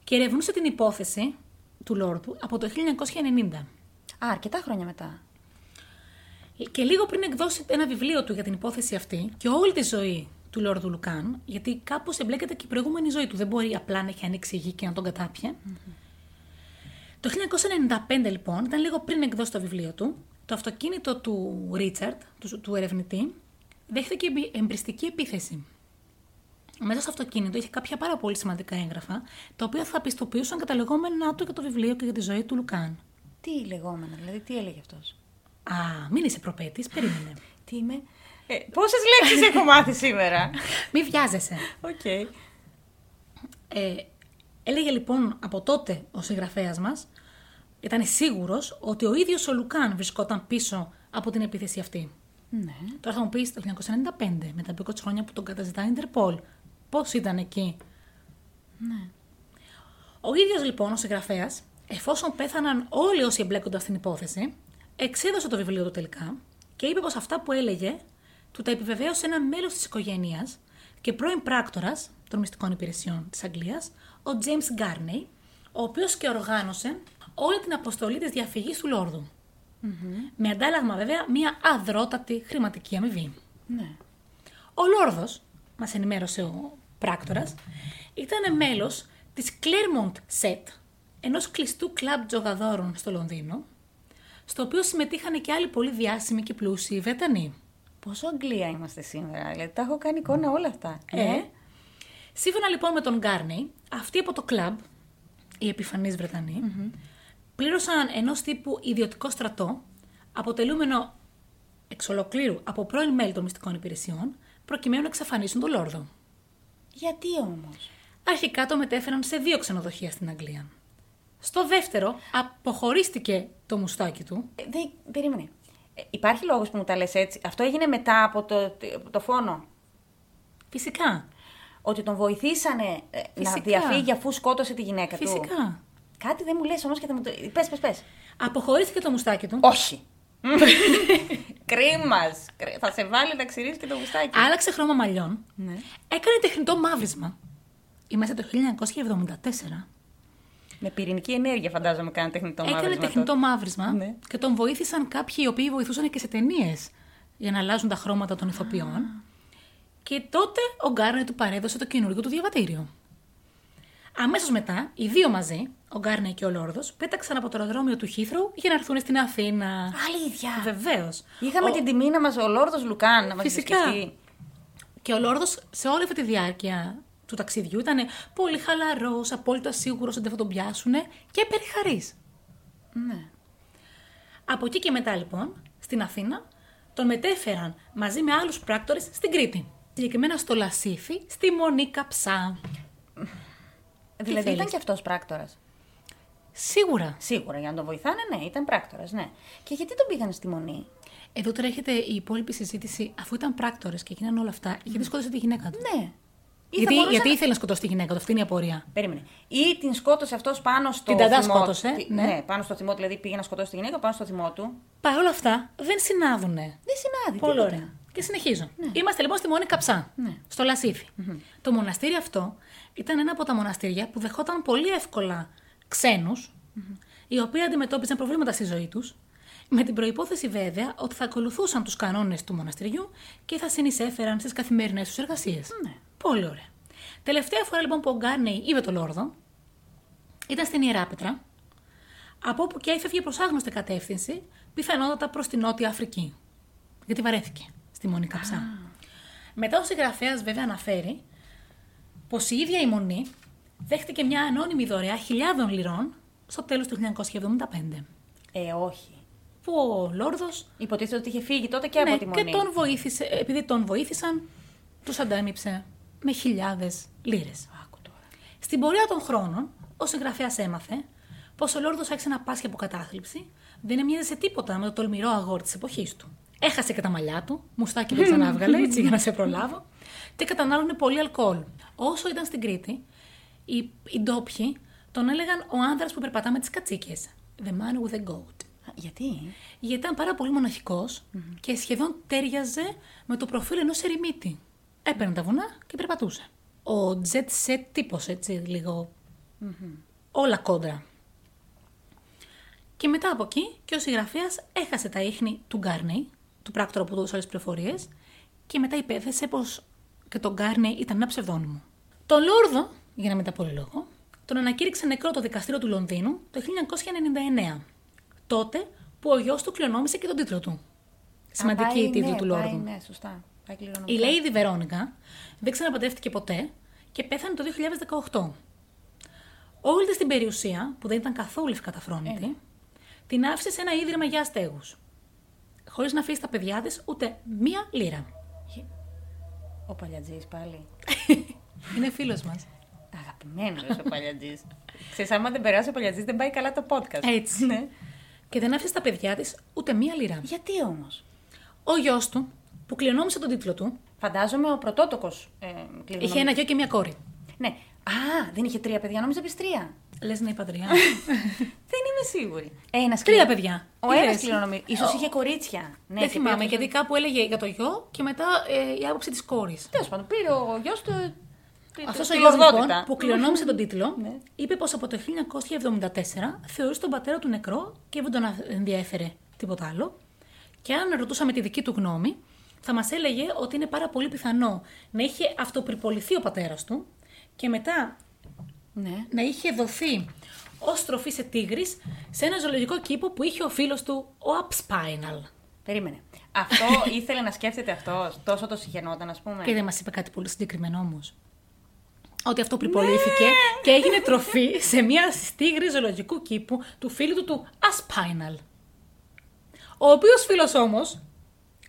Speaker 2: και ερευνούσε την υπόθεση του Λόρδου από το 1990.
Speaker 1: Α, αρκετά χρόνια μετά.
Speaker 2: Και λίγο πριν εκδώσει ένα βιβλίο του για την υπόθεση αυτή και όλη τη ζωή του Λόρδου Λουκάν, γιατί κάπως εμπλέκεται και η προηγούμενη ζωή του. Δεν μπορεί απλά να έχει ανοίξει η γη και να τον κατάπιε. Το 1995 λοιπόν, ήταν λίγο πριν εκδώσει το βιβλίο του, το αυτοκίνητο του Ρίτσαρτ, του, του ερευνητή, δέχθηκε εμπι- εμπριστική επίθεση. Μέσα στο αυτοκίνητο είχε κάποια πάρα πολύ σημαντικά έγγραφα, τα οποία θα πιστοποιούσαν κατά λεγόμενά του για το βιβλίο και για τη ζωή του Λουκάν.
Speaker 1: Τι λεγόμενα, δηλαδή τι έλεγε αυτός.
Speaker 2: Α, μην είσαι προπέτης, περίμενε.
Speaker 1: Τι είμαι. Ε, Πόσες λέξεις έχω μάθει σήμερα.
Speaker 2: Μη βιάζεσαι.
Speaker 1: Οκ.
Speaker 2: Ε, έλεγε λοιπόν από τότε ο συγγραφέας μας, ήταν σίγουρος ότι ο ίδιος ο Λουκάν βρισκόταν πίσω από την επίθεση αυτή.
Speaker 1: Ναι.
Speaker 2: Τώρα θα μου πεις το 1995, μετά από 20 χρόνια που τον καταζητάει η Ιντερπολ, πώς ήταν εκεί.
Speaker 1: ναι.
Speaker 2: Ο ίδιος λοιπόν ο συγγραφέας, εφόσον πέθαναν όλοι όσοι εμπλέκονταν στην υπόθεση, εξέδωσε το βιβλίο του τελικά και είπε πως αυτά που έλεγε του τα επιβεβαίωσε ένα μέλος της οικογένειας και πρώην πράκτορας των μυστικών υπηρεσιών της Αγγλίας, ο James Garney, ο οποίος και οργάνωσε όλη την αποστολή της διαφυγής του Λόρδου. Με αντάλλαγμα βέβαια μία αδρότατη χρηματική αμοιβή.
Speaker 1: Ναι.
Speaker 2: Ο Λόρδος, μας ενημέρωσε ο πράκτορας, ήταν μέλος της Claremont Set, ενός κλειστού κλαμπ τζογαδόρων στο Λονδίνο, στο οποίο συμμετείχαν και άλλοι πολύ διάσημοι και πλούσιοι Βρετανοί.
Speaker 1: Πόσο Αγγλία είμαστε σήμερα, δηλαδή τα έχω κάνει εικόνα όλα αυτά.
Speaker 2: Ε. Σύμφωνα λοιπόν με τον Γκάρνεϊ, αυτοί από το κλαμπ, οι επιφανείς Βρετανοί, πλήρωσαν ενός τύπου ιδιωτικό στρατό, αποτελούμενο εξ ολοκλήρου από πρώην μέλη των μυστικών υπηρεσιών, προκειμένου να εξαφανίσουν τον Λόρδο.
Speaker 1: Γιατί όμως.
Speaker 2: Αρχικά το μετέφεραν σε δύο ξενοδοχεία στην Αγγλία. Στο δεύτερο, αποχωρίστηκε το μουστάκι του.
Speaker 1: Ε, δεν. Περίμενε. Ε, υπάρχει λόγος που μου τα λες έτσι. Αυτό έγινε μετά από το, το φόνο.
Speaker 2: Φυσικά.
Speaker 1: Ότι τον βοηθήσανε ε, να
Speaker 2: Φυσικά.
Speaker 1: διαφύγει αφού σκότωσε τη γυναίκα του.
Speaker 2: Φυσικά.
Speaker 1: Κάτι δεν μου λες όμως και θα μου το. Πες, πες, πες.
Speaker 2: Αποχωρίστηκε το μουστάκι του.
Speaker 1: Όχι. Κρίμα. Θα σε βάλει να ξυρίσει και το γουστάκι.
Speaker 2: Άλλαξε χρώμα μαλλιών.
Speaker 1: Ναι.
Speaker 2: Έκανε τεχνητό μαύρισμα. Είμαστε το 1974.
Speaker 1: Με πυρηνική ενέργεια, φαντάζομαι, κάνει τεχνητό
Speaker 2: Έκανε
Speaker 1: μαύρισμα
Speaker 2: τεχνητό μαύρισμα
Speaker 1: Ναι.
Speaker 2: και τον βοήθησαν κάποιοι οι οποίοι βοηθούσαν και σε ταινίες για να αλλάζουν τα χρώματα των ηθοποιών. Και τότε ο Γκάρνεϊ του παρέδωσε το καινούργιο του διαβατήριο. Αμέσως μετά, οι δύο μαζί, ο Γκάρνεϊ και ο Λόρδος, πέταξαν από το αεροδρόμιο του Χήθρου για να έρθουν στην Αθήνα.
Speaker 1: Αλήθεια.
Speaker 2: Βεβαίως.
Speaker 1: Είχαμε την τιμή να μας ο Λόρδος Λουκάν να μας
Speaker 2: Φυσικά. Και ο Λόρδος σε όλη αυτή τη διάρκεια του ταξιδιού ήταν πολύ χαλαρός, απόλυτα σίγουρος ότι δεν θα τον πιάσουν και περιχαρής.
Speaker 1: Ναι.
Speaker 2: Από εκεί και μετά λοιπόν, στην Αθήνα, τον μετέφεραν μαζί με άλλους πράκτορες στην Κρήτη. Συγκεκριμένα στο Λασίφι, στη Μονή Καψά.
Speaker 1: Δηλαδή
Speaker 2: θέλεις?
Speaker 1: ήταν και αυτός πράκτορας.
Speaker 2: Σίγουρα.
Speaker 1: Σίγουρα για να τον βοηθάνε, ναι, ήταν πράκτορας, ναι. Και γιατί τον πήγανε στη μονή.
Speaker 2: Εδώ τώρα έχετε η υπόλοιπη συζήτηση, αφού ήταν πράκτορες και έγιναν όλα αυτά, γιατί σκότωσε τη γυναίκα του.
Speaker 1: Ναι. Ή θα
Speaker 2: Γιατί,
Speaker 1: μπορούσε
Speaker 2: γιατί
Speaker 1: να-
Speaker 2: ήθελε να σκοτώσει τη γυναίκα του, αυτή είναι η απορία.
Speaker 1: Περίμενε. Ή την σκότωσε αυτός πάνω στο.
Speaker 2: Την ταντά
Speaker 1: θυμό-
Speaker 2: σκότωσε,
Speaker 1: Τι-
Speaker 2: ναι.
Speaker 1: Ναι. πάνω στο θυμό, του, δηλαδή πήγε να σκοτώσει τη γυναίκα πάνω στο θυμό του.
Speaker 2: Παρ' όλα αυτά δεν συνάδουνε.
Speaker 1: Δεν συνάδει.
Speaker 2: Πολύ
Speaker 1: τίποτα.
Speaker 2: ωραία. Και συνεχίζω. Είμαστε λοιπόν στη Μόνη Καψά, στο λασιφι Το μοναστήρι αυτό ήταν ένα από τα μοναστήρια που δεχόταν πολύ εύκολα ξένους, οι οποίοι αντιμετώπιζαν προβλήματα στη ζωή τους, με την προϋπόθεση βέβαια ότι θα ακολουθούσαν τους κανόνες του μοναστηριού και θα συνεισέφεραν στις καθημερινές τους εργασίες.
Speaker 1: Ναι.
Speaker 2: Πολύ ωραία. Τελευταία φορά λοιπόν που ο Γκάρνεϊ είδε το Λόρδο, ήταν στην Ιεράπετρα, από όπου και έφευγε προς άγνωστη κατεύθυνση, πιθανότατα προς τη Νότια Αφρική. Γιατί βαρέθηκε στη Μονή Καψά. Μετά ο συγγραφέας βέβαια αναφέρει πως η ίδια η Μονή δέχτηκε μια ανώνυμη δωρεά χιλιάδων λιρών στο τέλος του 1975.
Speaker 1: Ε, όχι.
Speaker 2: Που ο Λόρδος
Speaker 1: Υποτίθεται ότι είχε φύγει τότε και από τη μονή.
Speaker 2: Ναι, και τον βοήθησε, επειδή τον βοήθησαν, τους αντάμυψε με χιλιάδες λίρες.
Speaker 1: Άκου τώρα.
Speaker 2: Στην πορεία των χρόνων, ο συγγραφέας έμαθε πως ο Λόρδος άρχισε να πάσχει από κατάθλιψη, δεν έμοιαζε σε τίποτα με το τολμηρό αγόρι της εποχής του. Έχασε και τα μαλλιά του, μουστάκι δεν ξανά έβγαλε, έτσι για να σε προλάβω, και κατανάλωνε πολύ αλκοόλ. Όσο ήταν στην Κρήτη, οι, οι ντόπιοι τον έλεγαν ο άνδρας που περπατά με τις κατσίκες. The man with the goat.
Speaker 1: Α, Γιατί.
Speaker 2: Γιατί ήταν πάρα πολύ μοναχικός και σχεδόν τέριαζε με το προφίλ ενός ερημίτη. Έπαιρνε τα βουνά και περπατούσε. Ο jet set τύπο, έτσι λίγο. Όλα κόντρα. Και μετά από εκεί και ο συγγραφέας έχασε τα ίχνη του Γκάρνεϊ, του πράκτορα που δώσε όλες τις πληροφορίες, και μετά υπέθεσε πως και τον Γκάρνεϊ ήταν ένα ψευδόνυμο. Το Λόρδο, για να μην τα πω λόγο, τον ανακήρυξε νεκρό το δικαστήριο του Λονδίνου το 1999. Τότε που ο γιος του κληρονόμησε και τον τίτλο του. Σημαντική η
Speaker 1: η
Speaker 2: τίτλη
Speaker 1: ναι,
Speaker 2: του
Speaker 1: Πάει,
Speaker 2: Λόρδου.
Speaker 1: ναι, σωστά. Πάει κληρονομικά.
Speaker 2: Η Lady Βερόνικα δεν ξαναπαντρεύτηκε ποτέ και πέθανε το 2018. Όλη της την περιουσία, που δεν ήταν καθόλου ευκαταφρόνητη, την άφησε σε ένα ίδρυμα για αστέγους. Χωρίς να αφήσει τα παιδιά της ούτε μία λίρα.
Speaker 1: Ο Παλιατζής πάλι.
Speaker 2: Είναι φίλος μας.
Speaker 1: Αγαπημένος ο Παλιατζής. Ξέρεις, άμα δεν περάσει ο Παλιατζής δεν πάει καλά το podcast.
Speaker 2: Έτσι.
Speaker 1: Ναι.
Speaker 2: Και δεν άφησε τα παιδιά της ούτε μία λίρα.
Speaker 1: Γιατί όμως.
Speaker 2: Ο γιος του, που κληρονόμησε τον τίτλο του,
Speaker 1: Φαντάζομαι ο πρωτότοκος ε, κληρονομικός.
Speaker 2: είχε ένα γιο και μία κόρη.
Speaker 1: Ναι. Α, δεν είχε τρία παιδιά, νόμιζα πεις τρία.
Speaker 2: Λες να είπα τρία.
Speaker 1: Δεν είμαι σίγουρη. Ένας
Speaker 2: τρία παιδιά.
Speaker 1: Ο
Speaker 2: Τι
Speaker 1: ένα
Speaker 2: λες? Ε,
Speaker 1: κληρονομεί. σω είχε κορίτσια. Ναι,
Speaker 2: δεν θυμάμαι, γιατί κάπου έλεγε για το γιο και μετά ε, η άποψη της κόρης.
Speaker 1: Τέλος πάντων, πήρε ο γιος του. τη-
Speaker 2: Αυτός
Speaker 1: τη
Speaker 2: ο γιος λοιπόν
Speaker 1: λορδότητα.
Speaker 2: που κληρονόμησε τον τίτλο
Speaker 1: Ναι.
Speaker 2: είπε πως από το 1974 θεωρούσε τον πατέρα του νεκρό και δεν τον ενδιέφερε τίποτα άλλο. Και αν ρωτούσαμε τη δική του γνώμη, θα μας έλεγε ότι είναι πάρα πολύ πιθανό να είχε αυτοπρυποληθεί ο πατέρας του και μετά
Speaker 1: Ναι.
Speaker 2: να είχε δοθεί ως τροφή σε τίγρης σε ένα ζωολογικό κήπο που είχε ο φίλος του, ο Απσπάιναλ.
Speaker 1: Περίμενε. Αυτό ήθελε να σκέφτεται αυτός. Τόσο το συχαινόταν, ας πούμε.
Speaker 2: Και δεν μας είπε κάτι πολύ συγκεκριμένο όμως. Ότι αυτό προπολύθηκε και έγινε τροφή σε μια στίγρη ζωολογικού κήπου του φίλου του του Ασπάιναλ. Ο οποίος φίλος όμως,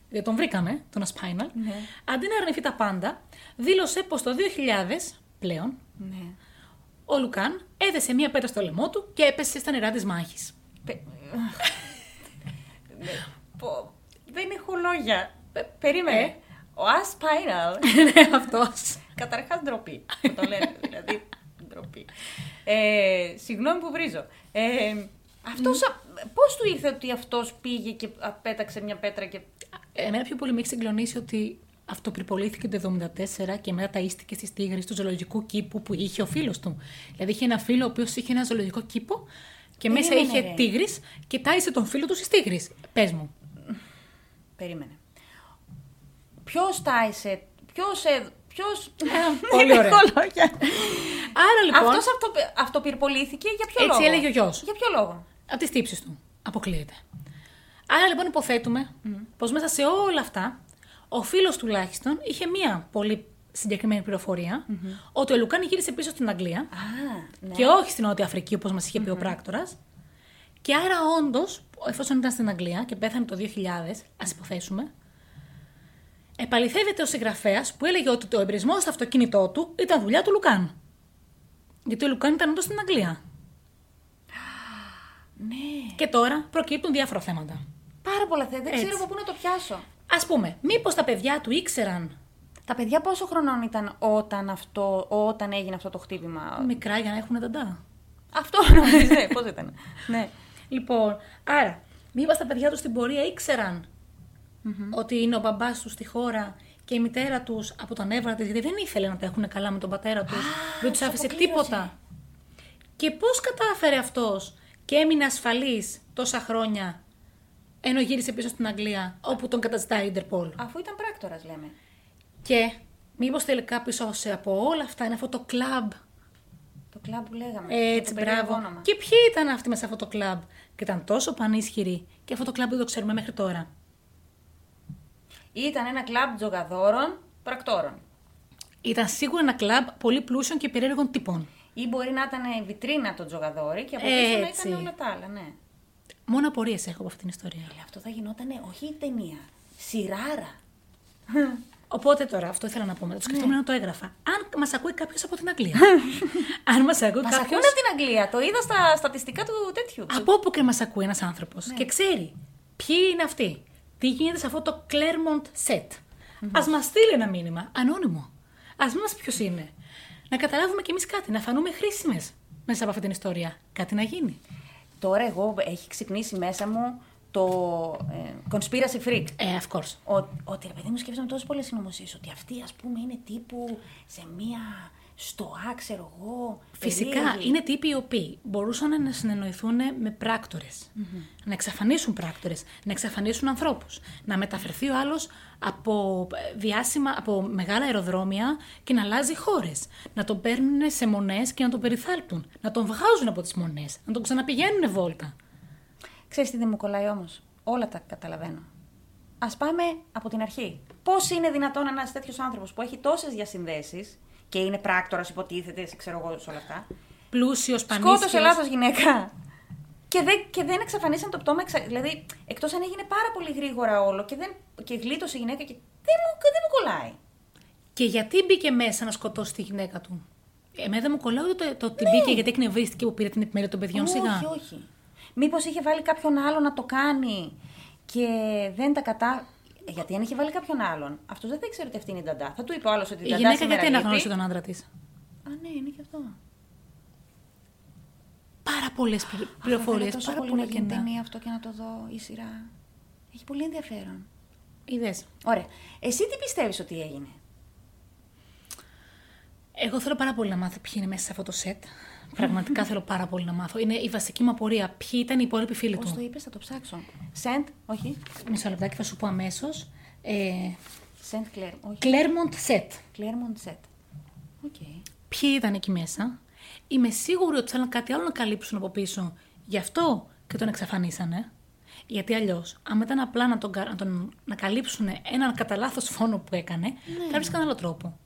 Speaker 2: γιατί τον βρήκαμε, τον Ασπάιναλ,
Speaker 1: Ναι.
Speaker 2: αντί να αρνηθεί τα πάντα, δήλωσε πως το 2000 πλέον
Speaker 1: Ναι.
Speaker 2: ο Λουκάν έδεσε μια πέτρα στο λαιμό του και έπεσε στα νερά της μάχης.
Speaker 1: Πε- Ναι. Πω, Δεν έχω λόγια. Πε- Περίμενε. Ο Ασπάιναλ.
Speaker 2: Ναι, αυτός.
Speaker 1: Καταρχάς ντροπή. που το λένε, δηλαδή. Ντροπή. Ε, συγγνώμη που βρίζω. Ε, αυτός, πώς του ήρθε ότι αυτός πήγε και α, πέταξε μια πέτρα και...
Speaker 2: Εμένα πιο πολύ με έχει συγκλονίσει ότι αυτοπρυπολήθηκε το 1974 και μετά ταΐστηκε στις τίγρες του ζωολογικού κήπου που είχε ο φίλος του. Δηλαδή είχε ένα φίλο ο οποίος είχε ένα ζωολογικό κήπο και μέσα
Speaker 1: Περίμενε,
Speaker 2: είχε
Speaker 1: ρε.
Speaker 2: τίγρης και τάισε τον φίλο του στις τίγρης. Πες μου.
Speaker 1: Περίμενε. Ποιος τάισε, ποιος... Ε, ποιος...
Speaker 2: πολύ ωραία.
Speaker 1: Έχω λόγια.
Speaker 2: Άρα λοιπόν,
Speaker 1: Αυτός αυτο, αυτοπυρπολήθηκε για ποιο λόγο.
Speaker 2: Έτσι έλεγε ο γιος.
Speaker 1: Για ποιο λόγο.
Speaker 2: από τις τύψεις του αποκλείεται. Άρα λοιπόν υποθέτουμε πως μέσα σε όλα αυτά ο φίλος τουλάχιστον είχε μία πολύ συγκεκριμένη πληροφορία, ότι ο Λουκάνη γύρισε πίσω στην Αγγλία
Speaker 1: Α, ναι. Mm-hmm.
Speaker 2: και όχι στην Νότια Αφρική, όπως μας είχε πει ο πράκτορας. Και άρα, όντως, εφόσον ήταν στην Αγγλία και πέθανε το 2000, ας υποθέσουμε, επαληθεύεται ο συγγραφέας που έλεγε ότι το εμπρισμό στο αυτοκίνητό του ήταν δουλειά του Λουκάν. Γιατί ο Λουκάν ήταν όντως στην Αγγλία.
Speaker 1: Ναι.
Speaker 2: Και τώρα προκύπτουν διάφορα θέματα.
Speaker 1: Πάρα πολλά θέματα. Δεν
Speaker 2: Έτσι.
Speaker 1: ξέρω από πού να το πιάσω.
Speaker 2: Ας πούμε, μήπως τα παιδιά του ήξεραν
Speaker 1: Τα παιδιά πόσο χρονών ήταν όταν, αυτό, όταν έγινε αυτό το χτύπημα.
Speaker 2: μικρά για να έχουν δαντά.
Speaker 1: Αυτό νομίζω. ναι, πώς ήταν. ναι.
Speaker 2: Λοιπόν, άρα, μήπως τα παιδιά τους στην πορεία ήξεραν ότι είναι ο μπαμπάς τους στη χώρα και η μητέρα τους από τα νεύρα της, γιατί δεν ήθελε να τα έχουν καλά με τον πατέρα τους, δεν
Speaker 1: τους
Speaker 2: του άφησε
Speaker 1: αποκλείωσε.
Speaker 2: τίποτα. Και πώς κατάφερε αυτός και έμεινε ασφαλής τόσα χρόνια, ενώ γύρισε πίσω στην Αγγλία, όπου τον καταζητάει η Ιντερπόλ.
Speaker 1: Αφού ήταν πράκτορας λέμε.
Speaker 2: Και μήπως τελικά πίσω σε από όλα αυτά είναι αυτό το κλαμπ
Speaker 1: Το κλαμπ που λέγαμε.
Speaker 2: Έτσι,
Speaker 1: το περίεργο
Speaker 2: μπράβο.
Speaker 1: όνομα.
Speaker 2: Και ποιοι ήταν αυτοί μέσα σε αυτό το κλαμπ. Και ήταν τόσο πανίσχυροι. Και αυτό το κλαμπ δεν το ξέρουμε μέχρι τώρα.
Speaker 1: Ήταν ένα κλαμπ τζογαδόρων πρακτόρων.
Speaker 2: Ήταν σίγουρα ένα κλαμπ πολύ πλούσιων και περίεργων τύπων.
Speaker 1: Ή μπορεί να ήταν ε, βιτρίνα το τζογαδόρι και από πίσω να
Speaker 2: Έτσι.
Speaker 1: ήταν όλα τα άλλα, ναι.
Speaker 2: Μόνο απορίες έχω από αυτήν την ιστορία.
Speaker 1: Αλλά αυτό θα γινόταν όχι ταινία, σειράρα.
Speaker 2: Οπότε τώρα, αυτό ήθελα να πω μετά. Το
Speaker 1: Ναι.
Speaker 2: σκεφτόμουν να το έγραφα. Αν μας ακούει κάποιος από την Αγγλία. Αν μας ακούει
Speaker 1: Μας ακούνε
Speaker 2: κάποιο.
Speaker 1: από την Αγγλία, το είδα στα στατιστικά του τέτοιου. του-
Speaker 2: Από όπου και μας ακούει ένας άνθρωπος και ξέρει ποιοι είναι αυτοί, τι γίνεται σε αυτό το Claremont set. Ας μας στείλει ένα μήνυμα, ανώνυμο. Ας μην μας ποιος είναι. Να καταλάβουμε κι εμείς κάτι, να φανούμε χρήσιμες μέσα από αυτή την ιστορία. Κάτι να γίνει.
Speaker 1: Τώρα εγώ έχει ξυπνήσει μέσα μου το ε, conspiracy freak.
Speaker 2: Ε, of course.
Speaker 1: Ο, ότι ρε παιδί μου σκέφτομαι τόσες πολλές συνωμοσίες. Ότι αυτή, ας πούμε, είναι τύπου σε μία στοά, ξέρω εγώ.
Speaker 2: Φυσικά
Speaker 1: περίεργη.
Speaker 2: είναι τύποι οι οποίοι μπορούσαν να συνεννοηθούν με πράκτορες.
Speaker 1: Mm-hmm.
Speaker 2: Να εξαφανίσουν πράκτορες, να εξαφανίσουν ανθρώπους. Να μεταφερθεί ο άλλος από, ε, διάσημα, από μεγάλα αεροδρόμια και να αλλάζει χώρες. Να τον παίρνουν σε μονές και να τον περιθάλπτουν. Να τον βγάζουν από τις μονές. Να τον ξαναπηγαίνουν βόλτα.
Speaker 1: Ξέρεις τι δεν μου κολλάει όμως. Όλα τα καταλαβαίνω. Ας πάμε από την αρχή. Πώς είναι δυνατόν ένας τέτοιος άνθρωπος που έχει τόσες διασυνδέσεις και είναι πράκτορας υποτίθεται, σε ξέρω εγώ σε όλα αυτά.
Speaker 2: Πλούσιος, πανίσχυρος.
Speaker 1: Σκότωσε λάθος γυναίκα. Και δεν, και δεν εξαφανίσαν το πτώμα. εξα- Δηλαδή, εκτός αν έγινε πάρα πολύ γρήγορα όλο και, δεν, και γλίτωσε η γυναίκα και. Δεν μου, δεν μου κολλάει.
Speaker 2: Και γιατί μπήκε μέσα να σκοτώσει τη γυναίκα του. Εμένα δεν μου κολλάει ούτε το, το ότι μπήκε γιατί εκνευρίστηκε που πήρε την επιμέλεια των παιδιών σιγά.
Speaker 1: Ναι. Όχι, όχι. Μήπως είχε βάλει κάποιον άλλο να το κάνει και δεν τα κατά. Γιατί αν είχε βάλει κάποιον άλλον, αυτός δεν θα ήξερε ότι αυτή είναι η νταντά. Θα του είπε ο άλλος ότι η
Speaker 2: Η
Speaker 1: νταντά
Speaker 2: γυναίκα
Speaker 1: σήμερα
Speaker 2: γιατί
Speaker 1: λείπει.
Speaker 2: αναγνώρισε τον άντρα της.
Speaker 1: Α, ναι, είναι και αυτό.
Speaker 2: Πάρα πολλές πληροφορίε,
Speaker 1: Θα ήθελα τόσο
Speaker 2: πάρα
Speaker 1: πολύ
Speaker 2: πολλά
Speaker 1: να γίνει
Speaker 2: κενά.
Speaker 1: ταινία αυτό και να το δω η σειρά. Έχει πολύ ενδιαφέρον.
Speaker 2: Είδε.
Speaker 1: Ωραία. Εσύ τι πιστεύεις ότι έγινε.
Speaker 2: Εγώ θέλω πάρα πολύ να μάθω ποιοι είναι μέσα σε αυτό το σετ. Πραγματικά θέλω πάρα πολύ να μάθω. Είναι η βασική μου απορία. Ποιοι ήταν οι υπόλοιποι φίλοι
Speaker 1: Πώς το
Speaker 2: του.
Speaker 1: είπες, θα το ψάξω. Σεντ, όχι.
Speaker 2: Μισό λεπτάκι, θα σου πω αμέσως. Ε,
Speaker 1: Σεντ Κλέρ, όχι.
Speaker 2: Claremont Set.
Speaker 1: Κλέρμοντ Σεντ. Οκ.
Speaker 2: Ποιοι ήταν εκεί μέσα. Είμαι σίγουρη ότι θέλαν κάτι άλλο να καλύψουν από πίσω. Γι' αυτό και τον εξαφανίσανε. Γιατί αλλιώς, αν ήταν απλά να, τον, κα- να, τον, να καλύψουν έναν κατά λάθος φόνο που έκανε, θα βρίσκαν άλλο τρόπο.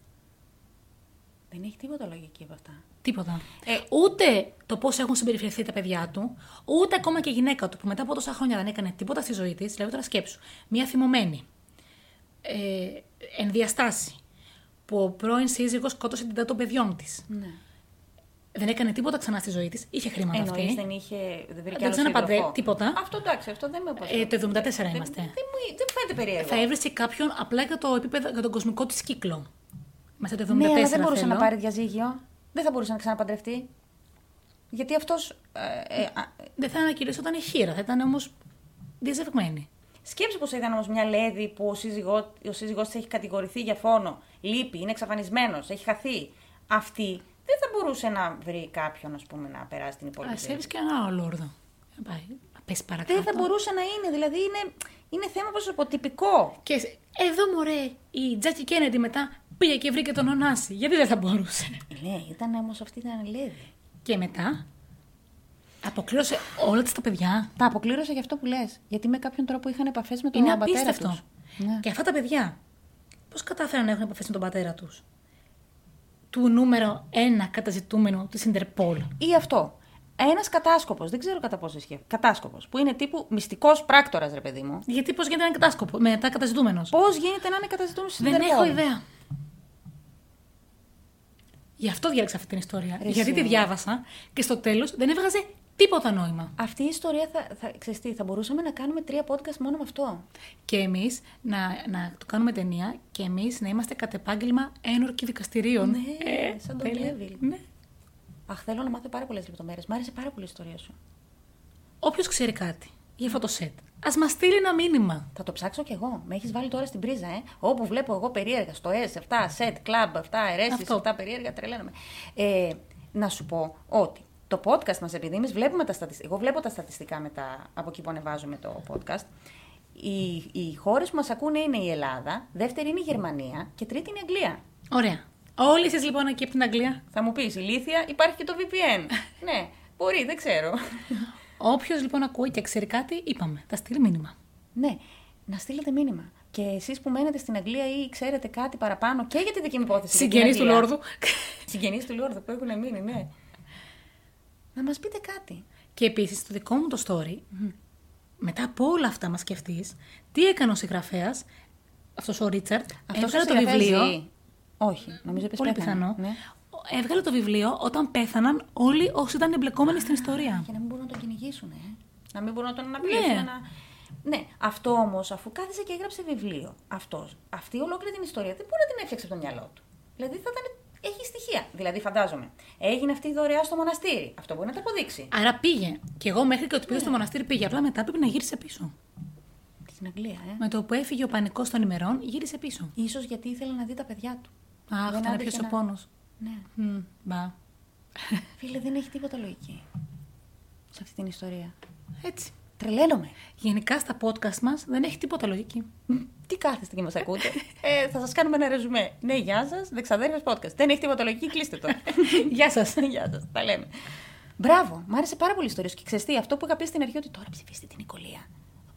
Speaker 1: Δεν έχει τίποτα λογική από αυτά.
Speaker 2: Τίποτα.
Speaker 1: Ε,
Speaker 2: Ούτε το πώς έχουν συμπεριφερθεί τα παιδιά του, ούτε ακόμα και η γυναίκα του που μετά από τόσα χρόνια δεν έκανε τίποτα στη ζωή της. Δηλαδή, τώρα σκέψου. Μία θυμωμένη. Ε, ενδιαστάση. Που ο πρώην σύζυγος σκότωσε την τάτα των παιδιών της.
Speaker 1: ναι.
Speaker 2: Δεν έκανε τίποτα ξανά στη ζωή της. Είχε χρήματα
Speaker 1: Εννοείς
Speaker 2: αυτή.
Speaker 1: δεν είχε. Δεν βρήκε
Speaker 2: Ε, Δεν
Speaker 1: άλλο
Speaker 2: ξαναπαντρέ-
Speaker 1: σύντροφο.
Speaker 2: τίποτα.
Speaker 1: Αυτό εντάξει, αυτό δεν με απασχολεί.
Speaker 2: Ε, το 74
Speaker 1: Δεν-
Speaker 2: είμαστε.
Speaker 1: Δεν, μου- δεν μου φαίνεται περίεργο.
Speaker 2: Θα έβρισκε κάποιον απλά για το επίπεδο, για τον κοσμικό της κύκλο. Μέσα το 74.
Speaker 1: Ναι, αλλά δεν μπορούσε
Speaker 2: θέλω.
Speaker 1: να πάρει διαζύγιο. Δεν θα μπορούσε να ξαναπαντρευτεί. Γιατί αυτός. Ε, ε, α,
Speaker 2: Δεν θα ανακυριζόταν η χείρα, θα ήταν όμως διαζευγμένη.
Speaker 1: σκέψου πως ήταν όμως μια λέδη που ο σύζυγό ο σύζυγός της έχει κατηγορηθεί για φόνο. Λείπει, είναι εξαφανισμένος, έχει χαθεί. Αυτή δεν θα μπορούσε να βρει κάποιον ας πούμε, να περάσει την
Speaker 2: Α
Speaker 1: υπόλοιπη. ζωή.
Speaker 2: έβρισκε έναν άλλο λόρδο. Να πάει. να πέσει παρακάτω.
Speaker 1: Δεν θα μπορούσε να είναι, δηλαδή είναι, είναι θέμα προσωποτυπικό.
Speaker 2: Και σε- εδώ μωρέ, η Τζάκι Κέννεντι μετά πήγε και βρήκε τον Ωνάση. Γιατί δεν θα μπορούσε.
Speaker 1: Ναι, ήταν όμως αυτή ήταν λέδη.
Speaker 2: Και μετά αποκλείωσε όλα της τα παιδιά.
Speaker 1: Τα αποκλήρωσα για αυτό που λες. Γιατί με κάποιον τρόπο είχαν επαφές με τον
Speaker 2: Είναι
Speaker 1: πατέρα
Speaker 2: απίστευτο.
Speaker 1: τους. Ναι.
Speaker 2: Και αυτά τα παιδιά, πώς κατάφεραν να έχουν επαφές με τον πατέρα τους. Του νούμερο ένα καταζητούμενου της Ιντερπόλ.
Speaker 1: Ή αυτό. Ένας κατάσκοπος, δεν ξέρω κατά πόσο ισχύει. Κατάσκοπος, που είναι τύπου μυστικός πράκτορας, ρε παιδί μου.
Speaker 2: Γιατί πώς γίνεται να είναι κατάσκοπο, μετά καταζητούμενος.
Speaker 1: Πώς γίνεται να είναι καταζητούμενος στην
Speaker 2: Δεν έχω ιδέα. Γι' αυτό διάλεξα αυτή την ιστορία.
Speaker 1: Ρε
Speaker 2: γιατί
Speaker 1: εσύ.
Speaker 2: τη διάβασα και στο τέλος δεν έβγαζε τίποτα νόημα.
Speaker 1: Αυτή η ιστορία θα, θα, ξέρεις τι, θα μπορούσαμε να κάνουμε τρία podcast μόνο με αυτό.
Speaker 2: Και εμείς να, να το κάνουμε ταινία και εμείς να είμαστε κατ' επάγγελμα ένορκοι δικαστηρίων. Ε,
Speaker 1: Ναι, σαν τον
Speaker 2: τέλεια.
Speaker 1: Neville.
Speaker 2: Ναι.
Speaker 1: Αχ, θέλω να μάθω πάρα πολλές λεπτομέρειες. Μ' άρεσε πάρα πολύ η ιστορία σου.
Speaker 2: Όποιος ξέρει κάτι για αυτό το σετ, ας μας στείλει ένα μήνυμα.
Speaker 1: Θα το ψάξω κι εγώ. Με έχεις βάλει τώρα στην πρίζα, ε. Όπου βλέπω εγώ περίεργα στο S7, set, club, 7, αιρέσει,
Speaker 2: Αυτό.
Speaker 1: 7 περίεργα, τρελαίνομαι. Ε, να σου πω ότι το podcast μας, επειδή εμείς βλέπουμε τα στατιστικά. Εγώ βλέπω τα στατιστικά μετά από εκεί που ανεβάζουμε το podcast. Οι, οι χώρες που μας ακούνε είναι η Ελλάδα, δεύτερη είναι η Γερμανία και τρίτη είναι η Αγγλία.
Speaker 2: Ωραία. Όλοι εσεί λοιπόν εκεί από την Αγγλία,
Speaker 1: Θα μου πεις, ηλίθεια, υπάρχει και το VPN. ναι, μπορεί, δεν ξέρω.
Speaker 2: όποιος λοιπόν ακούει και ξέρει κάτι, είπαμε, θα στείλει μήνυμα.
Speaker 1: ναι, να στείλετε μήνυμα. Και εσείς που μένετε στην Αγγλία ή ξέρετε κάτι παραπάνω και για τη δική μου υπόθεση. για την
Speaker 2: Συγγενείς του
Speaker 1: Αγγλία.
Speaker 2: Λόρδου.
Speaker 1: Συγγενείς του Λόρδου που έχουν μείνει, ναι. Να μας πείτε κάτι.
Speaker 2: Και επίσης το δικό μου το story, μετά από όλα αυτά μα σκεφτείς, τι έκανε ο συγγραφέας, αυτός ο Ρίτσαρτ,
Speaker 1: Αυτός
Speaker 2: έβγαλε
Speaker 1: ο
Speaker 2: το
Speaker 1: συγγραφέας
Speaker 2: βιβλίο.
Speaker 1: ζει. Όχι, νομίζω πες
Speaker 2: Πολύ
Speaker 1: πέθανε.
Speaker 2: πιθανό.
Speaker 1: Ναι.
Speaker 2: Έβγαλε το βιβλίο όταν πέθαναν όλοι όσοι ήταν εμπλεκόμενοι στην ιστορία.
Speaker 1: Για να μην μπορούν να τον κυνηγήσουν, ε. Να μην μπορούν να τον αναπηλήσουν.
Speaker 2: Ναι.
Speaker 1: Να... ναι, αυτό όμως, αφού κάθισε και έγραψε βιβλίο, αυτός, αυτή ολόκληρη την ιστορία δεν μπορεί να την έφτιαξε από το μυαλό του. Δηλαδή θα ήταν. Έχει στοιχεία. Δηλαδή, φαντάζομαι. Έγινε αυτή η δωρεά στο μοναστήρι. Αυτό μπορεί να το αποδείξει.
Speaker 2: Άρα πήγε. Και εγώ μέχρι και ότι πήγε στο
Speaker 1: Ναι.
Speaker 2: μοναστήρι πήγε. Απλά μετά πρέπει να γύρισε πίσω.
Speaker 1: Στην Αγγλία, ε.
Speaker 2: Με το που έφυγε ο πανικός των ημερών, γύρισε πίσω.
Speaker 1: Ίσως γιατί ήθελε να δει τα παιδιά του.
Speaker 2: Αχ,
Speaker 1: Δεν
Speaker 2: ήταν
Speaker 1: άντεχε
Speaker 2: πιο ο
Speaker 1: να-
Speaker 2: πόνο.
Speaker 1: Ναι.
Speaker 2: Μπα.
Speaker 1: Φίλε, δεν έχει τίποτα λογική σε αυτή την ιστορία.
Speaker 2: Έτσι.
Speaker 1: Τρελαίνομαι.
Speaker 2: Γενικά στα podcast μας δεν έχει τίποτα λογική.
Speaker 1: Τι κάθεστε και μας ακούτε. ε, θα σας κάνουμε ένα ρεζουμέ. Ναι, γεια σας. Δεξαδέρφε podcast. Δεν έχει τίποτα λογική, κλείστε το.
Speaker 2: Γεια σας.
Speaker 1: γεια σας. Τα λέμε. Μπράβο, μου άρεσε πάρα πολύ η ιστορία σου. Και ξεστή, αυτό που είχα πει στην αρχή ότι τώρα ψηφίστε την Νικολία.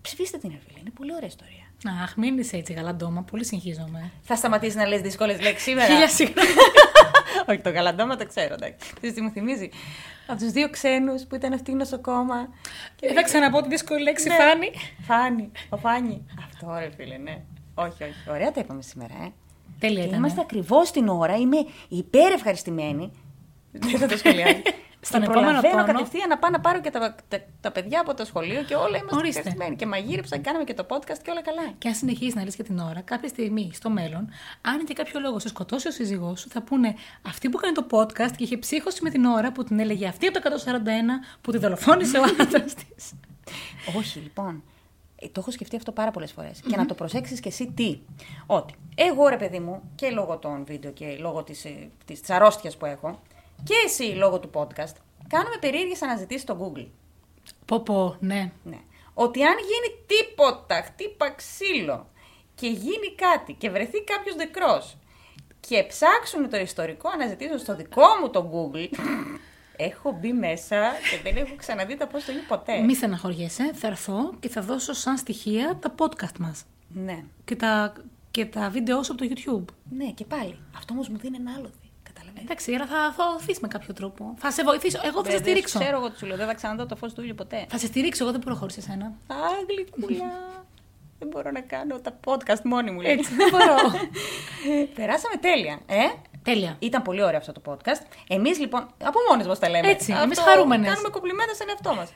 Speaker 1: Ψηφίστε την Ερβιλή. Είναι πολύ ωραία ιστορία.
Speaker 2: Αχ, μην είσαι έτσι γαλαντόμα. Πολύ συγχύζομαι.
Speaker 1: Θα σταματήσεις να λες δύσκολες λέξεις σήμερα.
Speaker 2: Χίλια συγγνώμη.
Speaker 1: Όχι, το γαλαντόμα το ξέρω, εντάξει. Ξέρεις τι μου θυμίζει. Από τους δύο ξένους που ήταν αυτή η νοσοκόμα. Ε,
Speaker 2: Δεν θα ξαναπώ τη δύσκολη λέξη,
Speaker 1: Ναι.
Speaker 2: Φάνη.
Speaker 1: Φάνη, ο Φάνη. Αυτό ρε φίλε, ναι. Όχι, όχι. Ωραία τα είπαμε σήμερα, ε.
Speaker 2: Τέλεια
Speaker 1: Και
Speaker 2: ήταν.
Speaker 1: είμαστε ακριβώς την ώρα. Είμαι υπερευχαριστημένη. Δεν θα το σχολιάσω. Στον
Speaker 2: Στον επόμενο
Speaker 1: επόμενο
Speaker 2: τόνο.
Speaker 1: κατευθείαν να πάω να πάρω και τα, τα, τα παιδιά από το σχολείο και όλα είμαστε
Speaker 2: Ορίστε.
Speaker 1: ευχαριστημένοι. Και μαγείρεψα και κάναμε και το podcast και όλα καλά.
Speaker 2: Και αν συνεχίσει να λες για την ώρα, κάποια στιγμή στο μέλλον, αν για κάποιο λόγο σε σκοτώσει ο σύζυγός σου, θα πούνε αυτή που κάνει το podcast και είχε ψύχωση με την ώρα που την έλεγε αυτή από το 141 που τη δολοφόνησε ο άντρας της.
Speaker 1: Όχι, λοιπόν. ε, Το έχω σκεφτεί αυτό πάρα πολλές φορές. Και να το προσέξεις και εσύ τι. Ότι εγώ ρε παιδί μου και λόγω των βίντεο και λόγω της της, της αρρώστιας που έχω και εσύ λόγω του podcast κάνουμε περίεργες αναζητήσεις στο Google.
Speaker 2: Πω πω, ναι.
Speaker 1: Ναι. Ότι αν γίνει τίποτα, χτύπα ξύλο και γίνει κάτι και βρεθεί κάποιος νεκρός και ψάξουν το ιστορικό αναζητήσεων στο δικό μου το Google. έχω μπει μέσα και δεν έχω ξαναδεί τα πώς το γίνει ποτέ.
Speaker 2: Μη στεναχωριέσαι, θα έρθω και θα δώσω σαν στοιχεία τα podcast μας
Speaker 1: Ναι.
Speaker 2: και τα, και τα βίντεο σου από το YouTube.
Speaker 1: Ναι, και πάλι. Αυτό όμως μου δίνει ένα άλλο δι. Καταλαβαίνετε.
Speaker 2: Εντάξει, αλλά θα, θα οθείς με κάποιο τρόπο. Θα σε βοηθήσω. Εγώ
Speaker 1: Ε,
Speaker 2: θα σε
Speaker 1: Δεν- δεν
Speaker 2: στηρίξω.
Speaker 1: Ξέρω εγώ τι σου λέω. Δεν θα ξαναδώ το φως του ήλιου ποτέ.
Speaker 2: Θα σε στηρίξω, εγώ δεν προχώρησα εσένα.
Speaker 1: Α, γλυκούλα. δεν μπορώ να κάνω τα podcast μόνη μου. λέει.
Speaker 2: Έτσι, δεν μπορώ.
Speaker 1: Ε, Περάσαμε τέλεια. Ε?
Speaker 2: Τέλεια.
Speaker 1: Ήταν πολύ ωραίο αυτό το podcast. Εμείς λοιπόν, από μόνες μας τα λέμε.
Speaker 2: Έτσι,
Speaker 1: Αυτό
Speaker 2: εμείς χαρούμενες.
Speaker 1: Κάνουμε κομπλιμέντα στον εαυτό μας.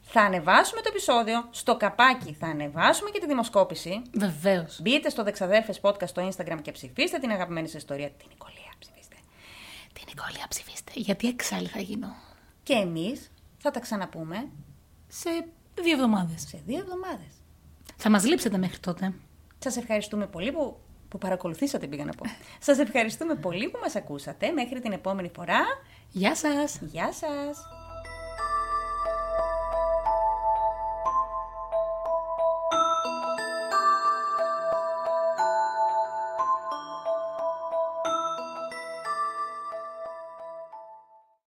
Speaker 1: Θα ανεβάσουμε το επεισόδιο στο καπάκι. Θα ανεβάσουμε και τη δημοσκόπηση.
Speaker 2: Βεβαίως.
Speaker 1: Μπείτε στο Δεξαδέρφες Podcast στο Instagram και ψηφίστε την αγαπημένη σας ιστορία, την Νικολία. Ψηφίστε.
Speaker 2: Την Νικόλια ψηφίστε, γιατί εξάλλη θα γίνω.
Speaker 1: Και εμείς θα τα ξαναπούμε
Speaker 2: Σε δύο εβδομάδες.
Speaker 1: σε δύο εβδομάδες.
Speaker 2: Θα μας λείψετε μέχρι τότε.
Speaker 1: Σας ευχαριστούμε πολύ που, που παρακολουθήσατε, πήγα να πω. σας ευχαριστούμε πολύ που μας ακούσατε. Μέχρι την επόμενη φορά.
Speaker 2: Γεια σας!
Speaker 1: Γεια σας!